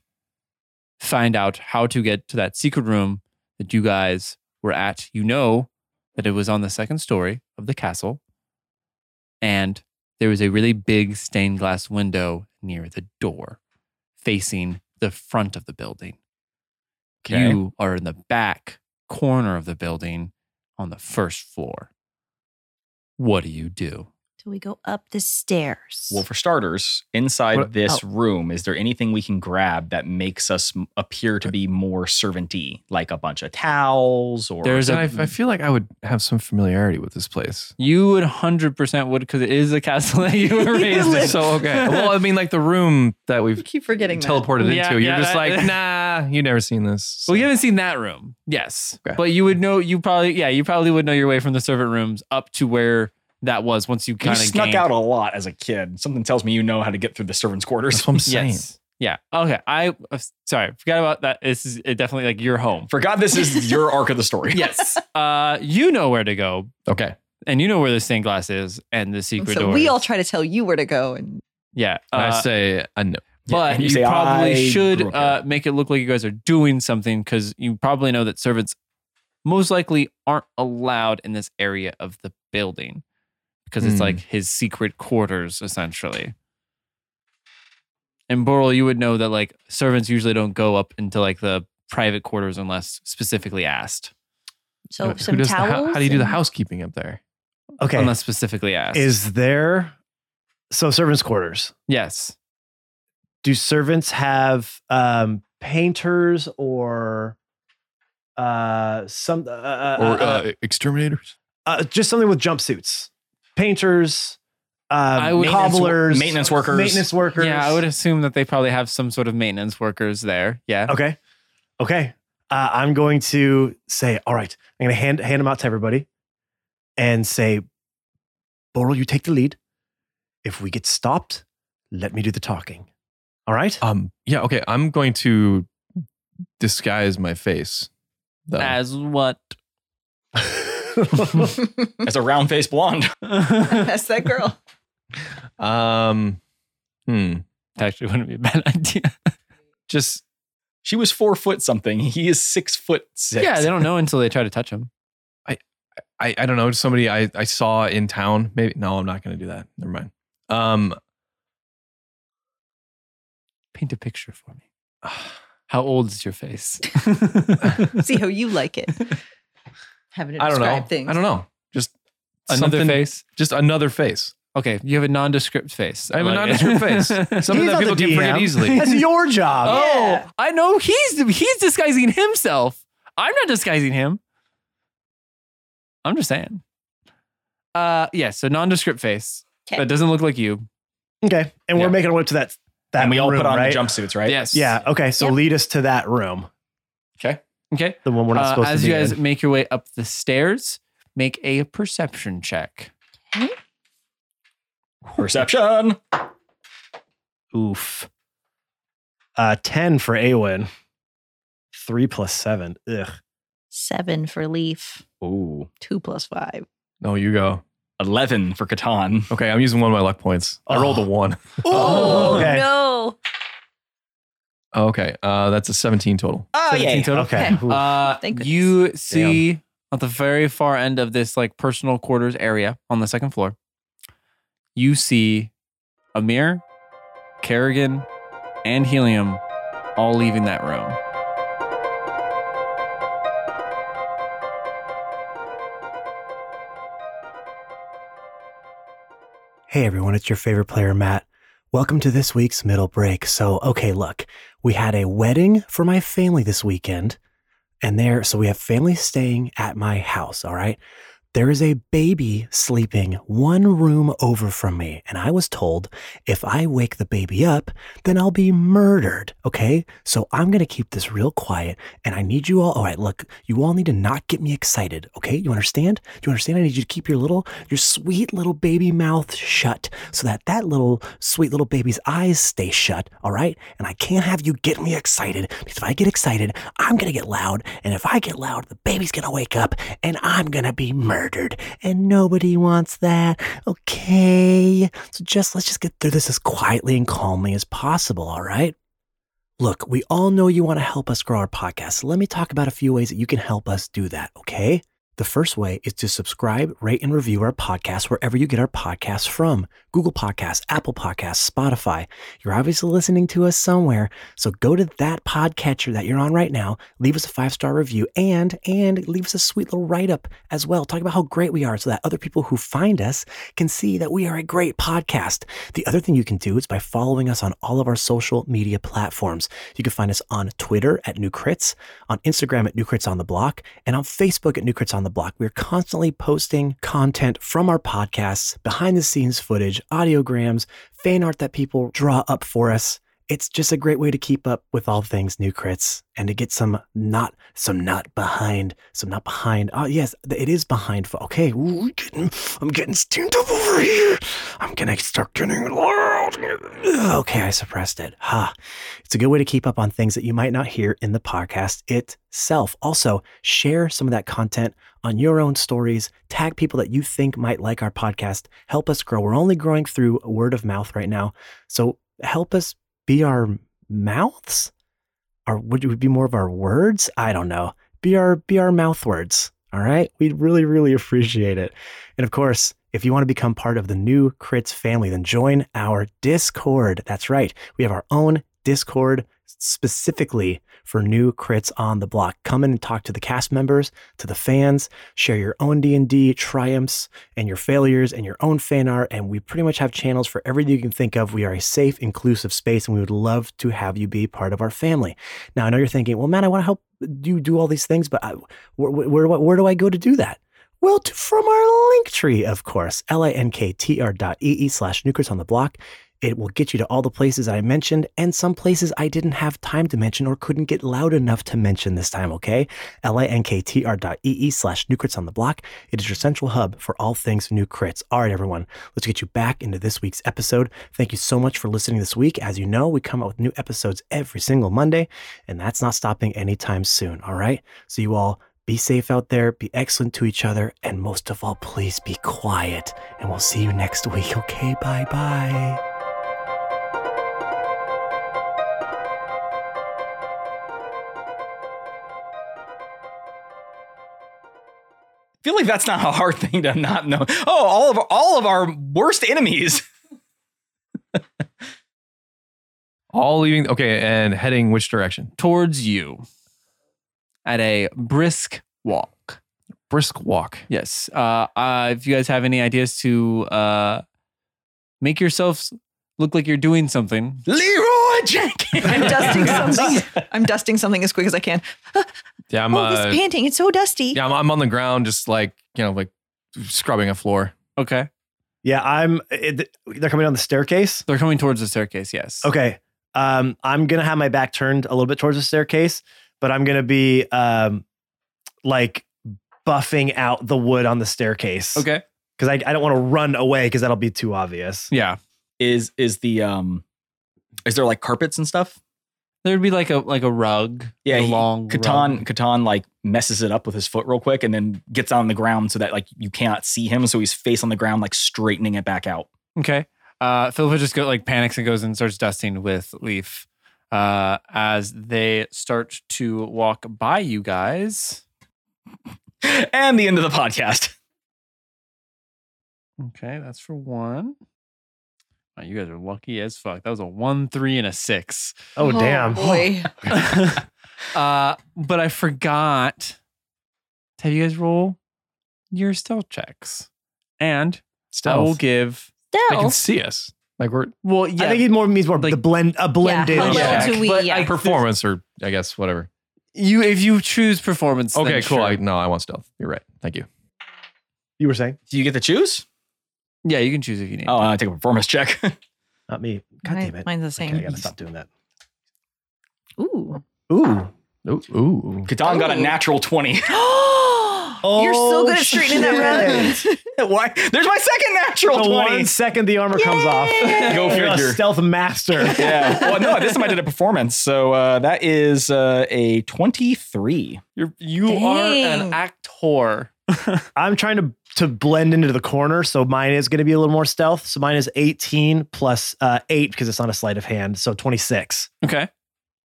Speaker 2: find out how to get to that secret room that you guys were at. You know that it was on the second story of the castle, and there was a really big stained glass window near the door facing the front of the building.
Speaker 1: Okay.
Speaker 2: You are in the back corner of the building on the first floor. What do you do?
Speaker 5: Till we go up the stairs.
Speaker 1: Well, for starters, inside
Speaker 3: What-
Speaker 1: this room, is there anything we can grab that makes us m- appear to be more servanty, like a bunch of towels or
Speaker 2: There's
Speaker 3: And I,
Speaker 2: a
Speaker 3: I feel like I would have some familiarity with this place.
Speaker 2: you would hundred percent would because it is the castle that you were raised in.
Speaker 3: So, okay. Well, I mean, like the room that
Speaker 7: I
Speaker 3: we've
Speaker 7: keep forgetting that.
Speaker 3: teleported
Speaker 2: Yeah,
Speaker 3: into, you're
Speaker 2: yeah,
Speaker 3: just
Speaker 2: that-
Speaker 3: like, nah, you never seen this.
Speaker 2: well, you haven't seen that room, yes,
Speaker 3: Okay.
Speaker 2: but you would know. You probably yeah, you probably would know your way from the servant rooms up to where that was once you
Speaker 1: you
Speaker 2: kind of
Speaker 1: snuck out a lot as a kid. Something tells me you know how to get through the servants' quarters.
Speaker 3: That's what I'm saying.
Speaker 2: Yes, Yeah. Okay. I uh, sorry, forgot about that. This is it definitely like your home.
Speaker 1: For God, this is your arc of the story.
Speaker 2: Yes. uh, you know where to go,
Speaker 3: Okay.
Speaker 2: and you know where the stained glass is, and the secret
Speaker 7: so
Speaker 2: door.
Speaker 7: we
Speaker 2: is.
Speaker 7: all try to tell you where to go, and
Speaker 2: Yeah.
Speaker 3: And
Speaker 2: uh,
Speaker 3: I say I know.
Speaker 2: but
Speaker 1: and you
Speaker 2: you,
Speaker 1: say,
Speaker 2: probably
Speaker 1: "I
Speaker 2: should
Speaker 1: grew up
Speaker 2: uh, make it look like you guys are doing something because you probably know that servants most likely aren't allowed in this area of the building because it's
Speaker 3: Hmm.
Speaker 2: like his secret quarters essentially. And Boral, you would know that like servants usually don't go up into like the private quarters unless specifically asked.
Speaker 5: So
Speaker 7: Oh,
Speaker 3: Uh, Who
Speaker 5: some
Speaker 3: does the hou-
Speaker 5: towels.
Speaker 3: how do you do the
Speaker 5: and-
Speaker 3: housekeeping up there?
Speaker 6: Okay.
Speaker 2: Unless specifically asked.
Speaker 6: Is there so servants' quarters?
Speaker 2: yes.
Speaker 6: Do servants have um, painters or uh, some uh, uh,
Speaker 3: Or
Speaker 6: uh,
Speaker 3: uh, exterminators?
Speaker 6: uh, just something with jumpsuits? Painters, um,
Speaker 2: I would- Maintenance-
Speaker 6: cobblers,
Speaker 1: maintenance workers.
Speaker 6: maintenance workers.
Speaker 2: Yeah, I would assume that they probably have some sort of maintenance workers there. Yeah.
Speaker 6: Okay. Okay. Uh, I'm going to say, all right, I'm going to hand, hand them out to everybody and say, Boral, you take the lead. If we get stopped, let me do the talking. All right.
Speaker 3: Um. Yeah. Okay. I'm going to disguise my face. Though.
Speaker 2: As what?
Speaker 1: As a round faced blonde.
Speaker 7: that's that girl.
Speaker 3: um. Hmm.
Speaker 2: That actually wouldn't be a bad idea.
Speaker 3: Just
Speaker 1: She was four foot something. He is six foot six.
Speaker 2: Yeah, they don't know until they try to touch him.
Speaker 3: I. I don't know. Just somebody I I saw in town. Maybe. No. I'm not going to do that. Never mind. Um.
Speaker 2: Paint a picture for me. How old is your face?
Speaker 7: See how you like it. Having to
Speaker 3: I don't
Speaker 7: describe
Speaker 3: know.
Speaker 7: things.
Speaker 3: I don't know. Just
Speaker 2: Another
Speaker 3: something-
Speaker 2: face?
Speaker 3: Just another face.
Speaker 2: Okay, you have a nondescript face.
Speaker 3: I have a
Speaker 2: like it.
Speaker 3: nondescript face. Something
Speaker 6: He's
Speaker 3: that
Speaker 6: not
Speaker 3: people
Speaker 6: the
Speaker 3: can forget
Speaker 6: DM.
Speaker 3: easily.
Speaker 6: That's your job.
Speaker 2: oh,
Speaker 7: Yeah.
Speaker 2: I know he's he's disguising himself. I'm not disguising him. I'm just saying. Uh yeah, so nondescript face.
Speaker 5: 'Kay.
Speaker 2: That doesn't look like you.
Speaker 6: Okay. And
Speaker 2: Yeah.
Speaker 6: we're making our way to that. that
Speaker 1: and we all
Speaker 6: room,
Speaker 1: put on
Speaker 6: right?
Speaker 1: the jumpsuits, right?
Speaker 2: Yes.
Speaker 6: Yeah. Okay. So
Speaker 5: Yep.
Speaker 6: lead us to that room,
Speaker 2: Okay.
Speaker 6: the one we're not
Speaker 2: Uh,
Speaker 6: supposed
Speaker 2: as
Speaker 6: to be
Speaker 2: you guys
Speaker 6: in.
Speaker 2: make your way up the stairs, make a perception check.
Speaker 1: Perception.
Speaker 6: Oof. Uh, 10 for Awen. Three plus seven. Ugh.
Speaker 5: Seven for Leaf.
Speaker 1: Ooh.
Speaker 7: Two plus five.
Speaker 3: No, you go.
Speaker 1: 11 for Catan.
Speaker 3: Okay, I'm using one of my luck points. I rolled a
Speaker 6: Oh.
Speaker 3: one.
Speaker 6: Oh, okay.
Speaker 5: no.
Speaker 3: Okay, uh, that's a 17 total.
Speaker 5: Oh,
Speaker 1: Ah,
Speaker 2: 17
Speaker 5: yeah.
Speaker 2: total?
Speaker 6: Okay. Oof.
Speaker 2: Uh,
Speaker 7: Thank goodness.
Speaker 2: you see at the very far end of this like personal quarters area on the second floor, you see Amir, Kerrigan, and Helium all leaving that room.
Speaker 6: Hey everyone, it's your favorite player, Matt. Welcome to this week's middle break. So, okay, look, we had a wedding for my family this weekend, and there, so we have family staying at my house, all right? There is a baby sleeping one room over from me, and I was told if I wake the baby up, then I'll be murdered, okay? So I'm gonna keep this real quiet, and I need you all, all right, look, you all need to not get me excited, okay? You understand? Do you understand? I need you to keep your little your sweet little baby mouth shut so that that little sweet little baby's eyes stay shut, all right? And I can't have you get me excited because if I get excited, I'm going to get loud. And if I get loud, the baby's going to wake up and I'm going to be murdered. And nobody wants that, okay? So just let's just get through this as quietly and calmly as possible, all right? Look, we all know you want to help us grow our podcast. So let me talk about a few ways that you can help us do that, okay? The first way is to subscribe, rate, and review our podcast wherever you get our podcasts from Google Podcasts, Apple Podcasts, Spotify. You're obviously listening to us somewhere. So go to that podcatcher that you're on right now, leave us a five star review, and and leave us a sweet little write up as well. Talk about how great we are so that other people who find us can see that we are a great podcast. The other thing you can do is by following us on all of our social media platforms. You can find us on Twitter at New Crits, on Instagram at New Crits on the Block, and on Facebook at New Crits on the Block. We're constantly posting content from our podcasts, behind the scenes footage, audiograms, fan art that people draw up for us. It's just a great way to keep up with all things New Crits and to get some not some not behind some not behind. Oh yes, th- it is behind. fo- Okay, Ooh, I'm getting I'm getting steamed up over here. I'm gonna start getting loud. Okay, I suppressed it. Ha. It's a good way to keep up on things that you might not hear in the podcast itself. Also, share some of that content on your own stories, tag people that you think might like our podcast, help us grow. We're only growing through word of mouth right now. So help us be our mouths? Or would it be more of our words? I don't know. Be our be our mouth words. All right. We'd really, really appreciate it. And of course, if you want to become part of the new Crits family, then join our Discord. That's right. We have our own Discord specifically for new crits on the block. Come in and talk to the cast members, to the fans, share your own D&D triumphs and your failures and your own fan art and we pretty much have channels for everything you can think of. We are a safe, inclusive space and we would love to have you be part of our family. Now, I know you're thinking, "Well, man, I want to help you do all these things, but I, where, where, where do I go to do that?" Well, to, from our link tree, of course, linktr E dot ee slash nukers on the block. It will get you to all the places I mentioned and some places I didn't have time to mention or couldn't get loud enough to mention this time, okay? linktr.ee E slash new crits on the block. It is your central hub for all things new crits. All right, everyone, let's get you back into this week's episode. Thank you so much for listening this week. As you know, we come out with new episodes every single Monday, and that's not stopping anytime soon, all right? So you all be safe out there, be excellent to each other, and most of all, please be quiet. And we'll see you next week, okay? Bye bye.
Speaker 1: I feel like that's not a hard thing to not know. Oh, all of all of our worst enemies.
Speaker 3: All leaving. Okay, and heading which direction?
Speaker 2: towards you at a brisk walk.
Speaker 3: Brisk walk.
Speaker 2: Yes. Uh, uh, if you guys have any ideas to uh, make yourselves look like you're doing something,
Speaker 1: Leroy Jenkins.
Speaker 7: I'm dusting something. I'm dusting something as quick as I can.
Speaker 3: Yeah, I'm.
Speaker 5: oh,
Speaker 3: Uh,
Speaker 5: this painting, it's so dusty.
Speaker 3: yeah, I'm, I'm on the ground, just like you know, like scrubbing a floor.
Speaker 2: okay.
Speaker 8: Yeah, I'm. It, they're coming down the staircase.
Speaker 2: They're coming towards the staircase. Yes.
Speaker 8: Okay. Um, I'm gonna have my back turned a little bit towards the staircase, but I'm gonna be um, like buffing out the wood on the staircase.
Speaker 2: Okay.
Speaker 8: Because I, I don't want to run away because that'll be too obvious.
Speaker 2: Yeah.
Speaker 1: is is the um is there like carpets and stuff?
Speaker 2: There'd be like a like a rug.
Speaker 1: Yeah,
Speaker 2: a
Speaker 1: he-
Speaker 2: long
Speaker 1: Catan
Speaker 2: rug.
Speaker 1: Catan like messes it up with his foot real quick and then gets on the ground so that like you cannot see him. So he's face on the ground, like straightening it back out.
Speaker 2: Okay. Uh, Philippa just go, like panics and goes and starts dusting with Leaf uh, as they start to walk by you guys.
Speaker 1: And the end of the podcast.
Speaker 2: Okay, that's for one. Wow, you guys are lucky as fuck. That was a one, three, and a six.
Speaker 8: Oh, damn.
Speaker 7: Boy.
Speaker 2: uh, but I forgot to have you guys roll your stealth checks, and I will
Speaker 3: Stealth.
Speaker 2: give.
Speaker 3: They
Speaker 5: Still,
Speaker 3: can see us. Like we're
Speaker 2: Well, yeah,
Speaker 8: I think it more means more
Speaker 2: Like-
Speaker 8: the blend a blended.
Speaker 5: Yeah, a little
Speaker 8: check.
Speaker 5: too we-
Speaker 2: but
Speaker 5: yeah.
Speaker 2: I-
Speaker 3: performance, or I guess whatever.
Speaker 2: you if you choose performance. then
Speaker 3: Okay, cool.
Speaker 2: sure.
Speaker 3: I, no, I want stealth. You're right. Thank you.
Speaker 8: You were saying
Speaker 1: Do you get to choose?
Speaker 2: yeah, you can choose if you need.
Speaker 1: Oh, I take a performance check.
Speaker 8: not me. God
Speaker 7: Mine-
Speaker 8: damn it.
Speaker 7: Mine's the
Speaker 8: Okay,
Speaker 7: same.
Speaker 8: I gotta stop doing that.
Speaker 7: Ooh.
Speaker 8: Ooh.
Speaker 3: Ooh, ooh.
Speaker 1: Catan got a natural 20. Oh,
Speaker 7: You're so good at straightening that
Speaker 8: shit.
Speaker 1: Why? There's my second natural
Speaker 8: For
Speaker 1: 20.
Speaker 8: one second, the armor comes off.
Speaker 1: Go
Speaker 8: You're a
Speaker 1: figure.
Speaker 8: stealth master.
Speaker 1: yeah. Well, no, this time I did a performance. So uh, that is uh, a 23.
Speaker 2: You're, you are an
Speaker 5: Dang.
Speaker 2: actor.
Speaker 8: I'm trying to to blend into the corner, so mine is going to be a little more stealth. So mine is 18 plus uh, eight because it's not a sleight of hand, so 26.
Speaker 2: Okay,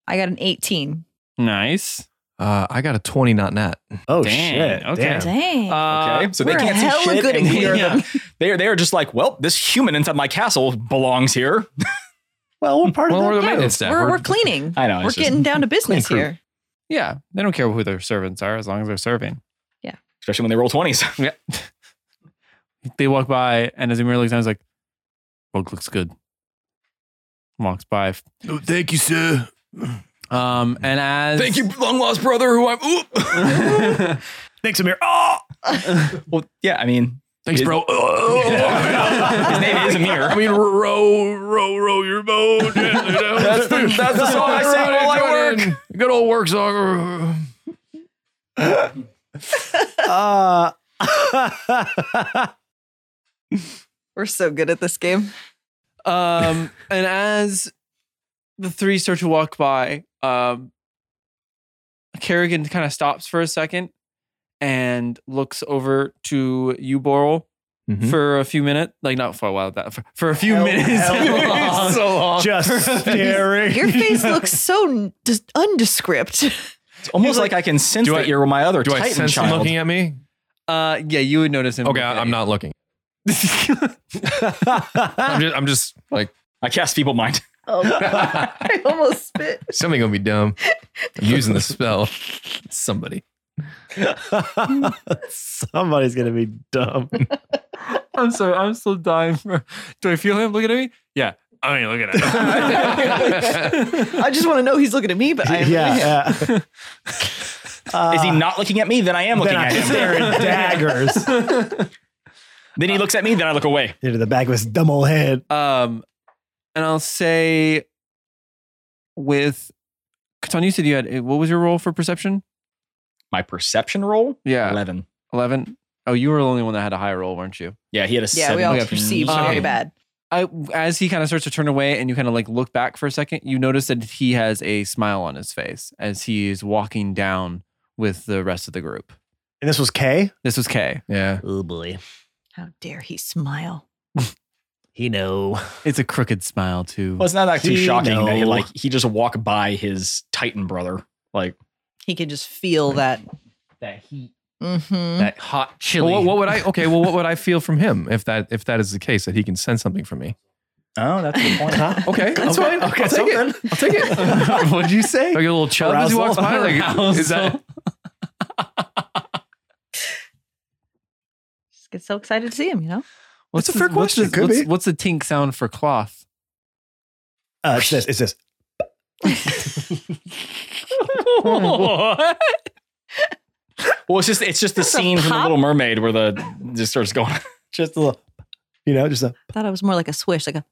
Speaker 5: I got an 18.
Speaker 2: nice.
Speaker 3: Uh, I got a 20, not nat.
Speaker 8: Oh
Speaker 2: Dang,
Speaker 8: shit!
Speaker 2: okay.
Speaker 8: Damn.
Speaker 5: Dang.
Speaker 2: Uh,
Speaker 1: Okay. so they
Speaker 5: we're
Speaker 1: can't see
Speaker 5: hella
Speaker 1: shit.
Speaker 5: good
Speaker 1: and
Speaker 5: at
Speaker 1: we are
Speaker 2: yeah.
Speaker 1: the- they are they are just like, well, this human inside my castle belongs here.
Speaker 8: Well, we're part
Speaker 3: Well,
Speaker 8: of
Speaker 3: we're
Speaker 8: the
Speaker 3: the
Speaker 8: crew.
Speaker 3: maintenance staff.
Speaker 7: We're, we're cleaning.
Speaker 1: I know.
Speaker 7: We're
Speaker 1: it's just-
Speaker 7: getting down to business
Speaker 3: crew.
Speaker 7: here.
Speaker 2: Yeah, they don't care who their servants are as long as they're serving.
Speaker 1: especially when they roll 20s.
Speaker 2: Yeah. they walk by, and as Amir looks down, he's like, "Rug looks good." Walks by.
Speaker 3: Oh, thank you, sir.
Speaker 2: Um, and as
Speaker 3: Thank you, long lost brother, who I'm. Oop.
Speaker 8: Thanks, Amir. Oh,
Speaker 1: Well, yeah, I mean,
Speaker 3: Thanks,
Speaker 1: Is-
Speaker 3: bro. Oh.
Speaker 1: his name is Amir.
Speaker 3: I mean, row, row, row your boat.
Speaker 1: That's the- that's
Speaker 2: Oh,
Speaker 1: the song I sing while I
Speaker 3: work. Good old work song.
Speaker 8: uh,
Speaker 7: We're so good at this game.
Speaker 2: Um, and as the three start to walk by, um, Kerrigan kind of stops for a second and looks over to you, Boral,
Speaker 3: Mm-hmm.
Speaker 9: Mhm.
Speaker 2: for a few minutes. Like, not for a while, that for, for a few
Speaker 8: Hell-
Speaker 2: minutes.
Speaker 8: hell long.
Speaker 2: so long.
Speaker 8: Just staring.
Speaker 7: Your face looks so n- dis- undescript.
Speaker 1: It's almost like I can sense
Speaker 3: Do I-
Speaker 1: that you're my other
Speaker 3: Do I
Speaker 1: Titan
Speaker 3: sense him
Speaker 1: child.
Speaker 3: looking at me?
Speaker 2: Uh, yeah, you would notice him.
Speaker 3: Okay, I- I'm not looking. I'm just, I'm just like
Speaker 1: I cast feeble mind.
Speaker 7: Oh, I almost spit.
Speaker 3: something gonna be dumb. I'm using the spell. Somebody.
Speaker 8: Somebody's gonna be dumb.
Speaker 2: I'm so I'm still dying for. Do I feel him looking at me? Yeah, I mean, looking at him.
Speaker 7: I just want to know he's looking at me, but I am
Speaker 1: uh,
Speaker 8: yeah. yeah.
Speaker 1: Is he
Speaker 8: Uh,
Speaker 1: not looking at me? Then I am looking
Speaker 8: then
Speaker 1: at
Speaker 8: I-
Speaker 1: him.
Speaker 8: there are daggers
Speaker 1: Then he looks at me. Then I look away.
Speaker 8: into the back of his dumb old head.
Speaker 2: Um, and I'll say with Catan, you said you had what was your role for perception?
Speaker 1: My perception roll
Speaker 2: Yeah,
Speaker 1: eleven.
Speaker 2: eleven. Oh, you were the only one that had a high roll, weren't you?
Speaker 1: Yeah, he had a
Speaker 7: Yeah,
Speaker 1: seven.
Speaker 7: we all
Speaker 1: Okay.
Speaker 7: perceived very
Speaker 2: Um,
Speaker 7: bad.
Speaker 2: I, as he kind of starts to turn away and you kind of like look back for a second, you notice that he has a smile on his face as he is walking down with the rest of the group.
Speaker 8: And this was K.
Speaker 2: This was Kay.
Speaker 3: Yeah.
Speaker 6: Oh boy,
Speaker 7: How dare he smile?
Speaker 6: he know.
Speaker 2: It's a crooked smile too.
Speaker 1: Well, it's not actually
Speaker 6: He
Speaker 1: shocking that he,
Speaker 6: know.
Speaker 1: like he just walked by his Titan brother. Like
Speaker 7: He can just feel that.
Speaker 9: That heat,
Speaker 7: hmm
Speaker 9: that hot chili.
Speaker 3: Well, what, what would I? Okay. Well, what would I feel from him if that if that is the case that he can sense something from me?
Speaker 1: oh, that's the point.
Speaker 3: Okay, that's fine. Okay, I'll take it. I'll take it.
Speaker 2: What'd you say?
Speaker 3: Like a little chub as he walks by. Like, is that?
Speaker 7: Just get so excited to see him, you know?
Speaker 2: What's
Speaker 8: That's a fair
Speaker 2: the- what's
Speaker 8: question.
Speaker 2: the-
Speaker 8: Could
Speaker 2: what's,
Speaker 8: be.
Speaker 2: what's the tink sound for cloth?
Speaker 8: Uh, it's this. It's this.
Speaker 1: Well, it's just it's just the
Speaker 7: That's a
Speaker 1: scene from the
Speaker 7: pop.
Speaker 1: Little Mermaid where the just starts going.
Speaker 8: Just a little. You know, just a.
Speaker 7: Thought it was more like a swish, like a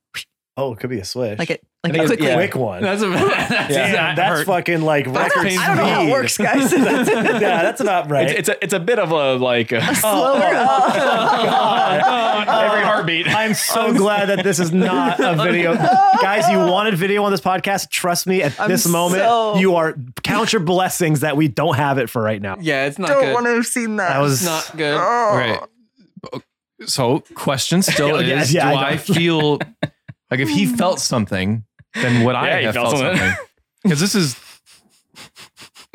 Speaker 8: Oh, it could be a swish.
Speaker 7: like a like
Speaker 1: think
Speaker 7: a
Speaker 1: it's-
Speaker 7: quickly.
Speaker 1: yeah.
Speaker 8: quick one.
Speaker 2: That's a that's,
Speaker 8: Damn,
Speaker 2: that
Speaker 8: that's
Speaker 2: hurt.
Speaker 8: fucking like
Speaker 7: That's
Speaker 8: record
Speaker 7: not- I don't know how it
Speaker 8: speed.
Speaker 7: works, guys.
Speaker 8: that's, yeah, that's not right.
Speaker 1: It's, it's a it's a bit of a like uh,
Speaker 7: Slower. Oh,
Speaker 8: God.
Speaker 1: Oh, every heartbeat.
Speaker 8: I'm so glad that this is not a video. Guys, you wanted video on this podcast. Trust me, at
Speaker 7: I'm
Speaker 8: this moment,
Speaker 7: so-
Speaker 8: you are count your blessings that we don't have it for right now.
Speaker 2: Yeah, it's not good.
Speaker 7: to have seen
Speaker 8: That was
Speaker 2: it's not good.
Speaker 3: All right. Oh, So, question still
Speaker 8: Yeah,
Speaker 3: is:
Speaker 8: yeah,
Speaker 3: Do
Speaker 8: I
Speaker 3: I,
Speaker 8: know.
Speaker 3: feel like if he felt something, then would I
Speaker 1: Yeah, he
Speaker 3: have
Speaker 1: felt
Speaker 3: felt,
Speaker 1: something.
Speaker 3: something? Because this is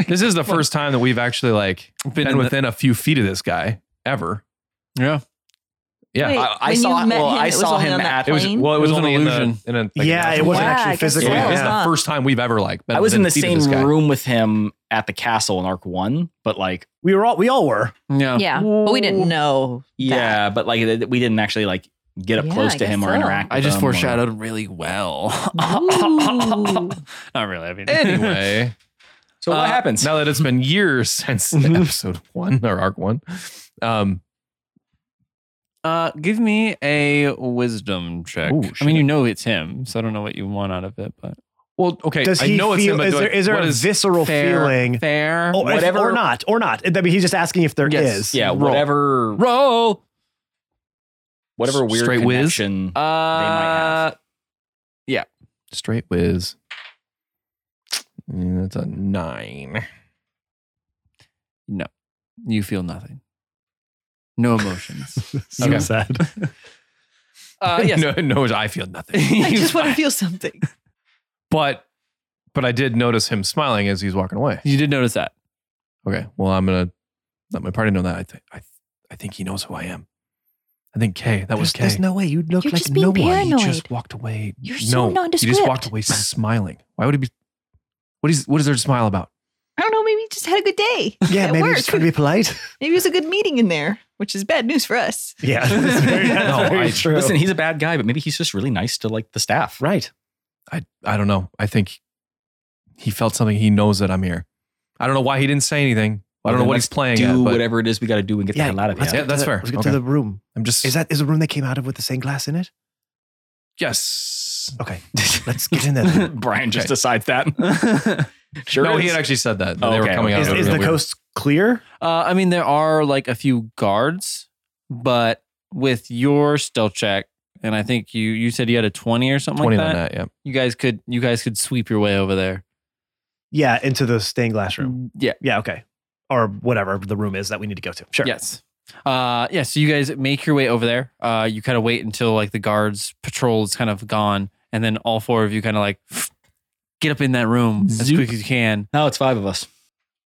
Speaker 3: this is the first time that we've actually like
Speaker 2: Been
Speaker 3: been
Speaker 2: in the-
Speaker 3: within a few feet of this guy ever.
Speaker 2: yeah.
Speaker 3: Yeah,
Speaker 7: Wait,
Speaker 1: I, I
Speaker 7: when you
Speaker 1: saw him.
Speaker 7: met
Speaker 1: Well,
Speaker 7: him,
Speaker 1: I
Speaker 7: it was
Speaker 1: saw
Speaker 7: only
Speaker 1: him
Speaker 7: on that
Speaker 1: at.
Speaker 3: it was
Speaker 7: Plane?
Speaker 3: well, it was,
Speaker 2: It was an
Speaker 3: only in the,
Speaker 2: illusion.
Speaker 3: in a, like,
Speaker 8: yeah,
Speaker 3: an
Speaker 8: it wasn't
Speaker 7: Yeah, I
Speaker 8: actually
Speaker 7: guess
Speaker 8: physical.
Speaker 7: so.
Speaker 3: Yeah,
Speaker 7: Yeah.
Speaker 3: it's
Speaker 7: Yeah.
Speaker 3: the first time we've ever like. Been
Speaker 1: I was in the
Speaker 3: within feet
Speaker 1: same
Speaker 3: of this guy.
Speaker 1: room with him at the castle in Arc One, but like
Speaker 8: We were all we all were.
Speaker 2: Yeah.
Speaker 5: Yeah, but we didn't know. That.
Speaker 1: yeah, but like th- th- we didn't actually like get up
Speaker 7: Yeah,
Speaker 1: close
Speaker 7: I
Speaker 1: to him
Speaker 7: guess
Speaker 1: or
Speaker 7: so.
Speaker 1: interact.
Speaker 2: I
Speaker 1: with
Speaker 2: just
Speaker 1: him or-
Speaker 2: foreshadowed really well.
Speaker 7: Ooh.
Speaker 2: Not really. I mean,
Speaker 3: Anyway,
Speaker 1: So what
Speaker 2: Uh,
Speaker 1: happens?
Speaker 3: now that it's been years since
Speaker 8: Mm-hmm.
Speaker 3: episode one or arc one, um,
Speaker 2: Uh, give me a wisdom check.
Speaker 3: Ooh,
Speaker 2: I mean,
Speaker 3: shit.
Speaker 2: you know it's him, so I don't know what you want out of it, but
Speaker 3: well, okay,
Speaker 8: Does
Speaker 3: I
Speaker 8: he
Speaker 3: know it's him,
Speaker 8: feel?
Speaker 3: but
Speaker 8: Is
Speaker 3: do I-
Speaker 8: there is there
Speaker 3: what
Speaker 8: a
Speaker 3: is-
Speaker 8: visceral
Speaker 2: fair,
Speaker 8: feeling?
Speaker 2: fair.
Speaker 8: Or,
Speaker 1: Whatever-
Speaker 8: or not, or not. I mean, he's just asking if there is.
Speaker 2: Yes.
Speaker 1: yeah,
Speaker 2: roll.
Speaker 1: whatever,
Speaker 2: Roll.
Speaker 1: whatever weird
Speaker 3: Straight whiz?
Speaker 1: connection.
Speaker 2: Uh,
Speaker 1: might
Speaker 3: straight whiz? Mm, That's a nine.
Speaker 2: no, you feel nothing. No emotions.
Speaker 8: So
Speaker 3: Okay.
Speaker 8: sad.
Speaker 2: uh, yes.
Speaker 3: no, no, I feel nothing.
Speaker 7: I just want to feel something.
Speaker 3: but, but I did notice him smiling as he's walking away.
Speaker 2: You did notice that.
Speaker 3: Okay, well, I'm gonna let my party know that I, th- I, th- I think he knows who I am. I think Kay. That was
Speaker 8: There's,
Speaker 3: Kay.
Speaker 8: there's no way you'd look
Speaker 5: You're
Speaker 8: like
Speaker 5: just
Speaker 8: no
Speaker 5: being
Speaker 8: one.
Speaker 5: paranoid.
Speaker 3: He just walked away.
Speaker 5: You're so
Speaker 3: no, He just
Speaker 5: nondescript.
Speaker 3: walked away smiling. Why would he be? What is what is there to smile about?
Speaker 7: I don't know. Maybe he just had a good day.
Speaker 8: Yeah,
Speaker 7: at
Speaker 8: maybe
Speaker 7: work.
Speaker 8: just trying to be polite.
Speaker 7: Maybe it was a good meeting in there, which is bad news for us.
Speaker 8: Yeah, that's very, that's
Speaker 3: No,
Speaker 8: very
Speaker 3: I-
Speaker 8: true.
Speaker 1: Listen, he's a bad guy, but maybe he's just really nice to like the staff.
Speaker 8: right.
Speaker 3: I I don't know. I think he felt something. He knows that I'm here. I don't know why he didn't say anything. I
Speaker 1: Well,
Speaker 3: don't know
Speaker 1: then
Speaker 3: what he's
Speaker 1: let's
Speaker 3: playing
Speaker 1: Do
Speaker 3: at, but
Speaker 1: whatever it is we got to do and get the hell out of
Speaker 8: let's
Speaker 1: here.
Speaker 8: get
Speaker 3: that's
Speaker 8: to the,
Speaker 3: fair.
Speaker 8: Let's get
Speaker 3: Okay.
Speaker 8: to the room.
Speaker 3: I'm just
Speaker 8: Is that is the room they came out of with the stained glass in it?
Speaker 3: yes.
Speaker 8: Okay, let's get in there.
Speaker 1: Brian just
Speaker 3: Okay.
Speaker 1: decides that. sure.
Speaker 3: no,
Speaker 1: is.
Speaker 3: he had actually said that. that
Speaker 1: Oh,
Speaker 3: they were
Speaker 1: okay,
Speaker 3: coming
Speaker 1: okay.
Speaker 3: out.
Speaker 8: is
Speaker 3: of
Speaker 8: is
Speaker 3: it. We
Speaker 8: the
Speaker 3: were-
Speaker 8: coast clear?
Speaker 2: Uh, I mean, there are like a few guards, but with your stealth check, and I think you you said you had a twenty or something
Speaker 3: Twenty
Speaker 2: like
Speaker 3: on
Speaker 2: that.
Speaker 3: that. Yeah.
Speaker 2: You guys could you guys could sweep your way over there.
Speaker 8: Yeah, into the stained glass room.
Speaker 2: Yeah.
Speaker 8: Yeah, okay. Or whatever the room is that we need to go to. Sure.
Speaker 2: Yes. Uh, yeah. So you guys make your way over there. Uh, you kind of wait until like the guards patrol is kind of gone, and then all four of you kind of like get up in that room as
Speaker 1: Zoop.
Speaker 2: quick as you can.
Speaker 1: Now it's five of us.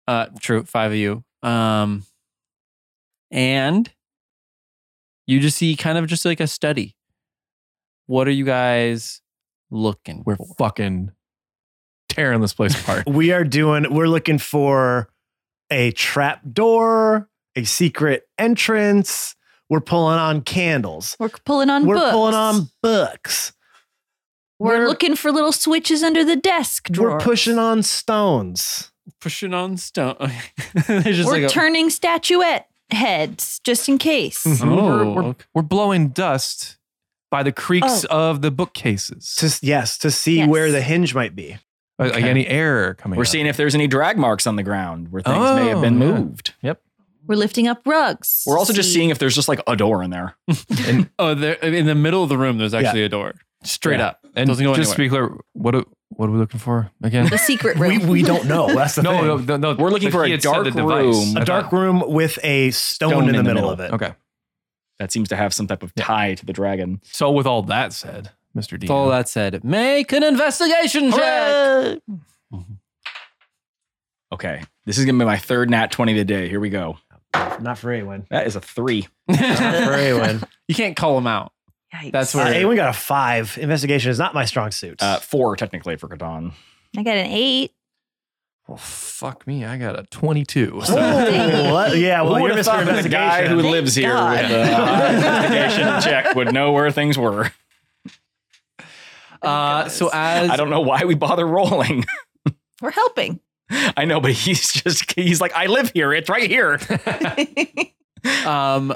Speaker 2: Uh, true, five of you. Um, and you just see kind of just like a study. What are you guys looking
Speaker 3: We're
Speaker 2: for?
Speaker 3: fucking tearing this place apart.
Speaker 8: We are doing we're looking for a trap door, a secret entrance. We're pulling on candles.
Speaker 5: We're pulling on
Speaker 8: we're
Speaker 5: books.
Speaker 8: pulling on books.
Speaker 5: We're,
Speaker 8: we're-
Speaker 5: looking for little switches under the desk drawer.
Speaker 8: We're pushing on stones.
Speaker 2: Pushing on stone. There's just
Speaker 5: We're
Speaker 2: like a-
Speaker 5: turning statuette heads just in case.
Speaker 3: I mean, we're, we're,
Speaker 2: Oh, okay.
Speaker 3: we're blowing dust by the creaks
Speaker 8: Oh.
Speaker 3: of the bookcases.
Speaker 8: To yes, to see
Speaker 5: Yes.
Speaker 8: where the hinge might be.
Speaker 3: like
Speaker 2: Okay.
Speaker 3: any air coming.
Speaker 1: We're
Speaker 3: out.
Speaker 1: seeing if there's any drag marks on the ground where things may have
Speaker 3: Oh,
Speaker 1: been
Speaker 3: yeah.
Speaker 1: moved.
Speaker 5: We're lifting up rugs.
Speaker 1: We're also just
Speaker 5: See-
Speaker 1: seeing if there's just like a door in there.
Speaker 2: oh, there in the middle of the room. There's actually a door straight
Speaker 3: Yeah.
Speaker 2: up.
Speaker 3: And
Speaker 2: Doesn't go
Speaker 3: just to be clear, what are, what are we looking for again?
Speaker 5: the secret
Speaker 8: We,
Speaker 5: room.
Speaker 8: we don't know. That's the
Speaker 3: no,
Speaker 8: thing.
Speaker 3: no, no, no.
Speaker 1: We're looking
Speaker 3: but
Speaker 1: for a
Speaker 3: he had said
Speaker 1: dark
Speaker 3: the device.
Speaker 1: room.
Speaker 3: I
Speaker 8: A dark
Speaker 3: thought-
Speaker 8: room with a stone, in, the, middle, of it.
Speaker 3: Okay.
Speaker 1: That seems to have some type of
Speaker 3: Yeah.
Speaker 1: tie to the dragon.
Speaker 3: So with all that said, Mr. D.
Speaker 2: With all that said, make an investigation check.
Speaker 3: Hooray!
Speaker 1: Okay. This is gonna be my third Nat 20 of the day. Here we go.
Speaker 8: Not for Awen.
Speaker 1: That is a three.
Speaker 8: Not for Awen.
Speaker 2: you can't call them out.
Speaker 5: Yikes.
Speaker 2: That's
Speaker 8: Uh,
Speaker 2: where-
Speaker 8: Awen got a five. Investigation is not my strong suit.
Speaker 1: Uh four technically for Kadon.
Speaker 5: I got an eight.
Speaker 3: Well, fuck me. I got a 22.
Speaker 8: Oh, what? Yeah, Oh, well,
Speaker 1: Who
Speaker 8: you're
Speaker 1: would've
Speaker 8: Mr.
Speaker 1: thought that the guy who
Speaker 8: Investigation.
Speaker 1: lives here with
Speaker 5: God.
Speaker 1: the high investigation check would know where things were.
Speaker 2: Uh, so as
Speaker 1: I don't know why we bother rolling.
Speaker 5: We're helping.
Speaker 1: I know, but he's just he's like, I live here. It's right here.
Speaker 2: Um,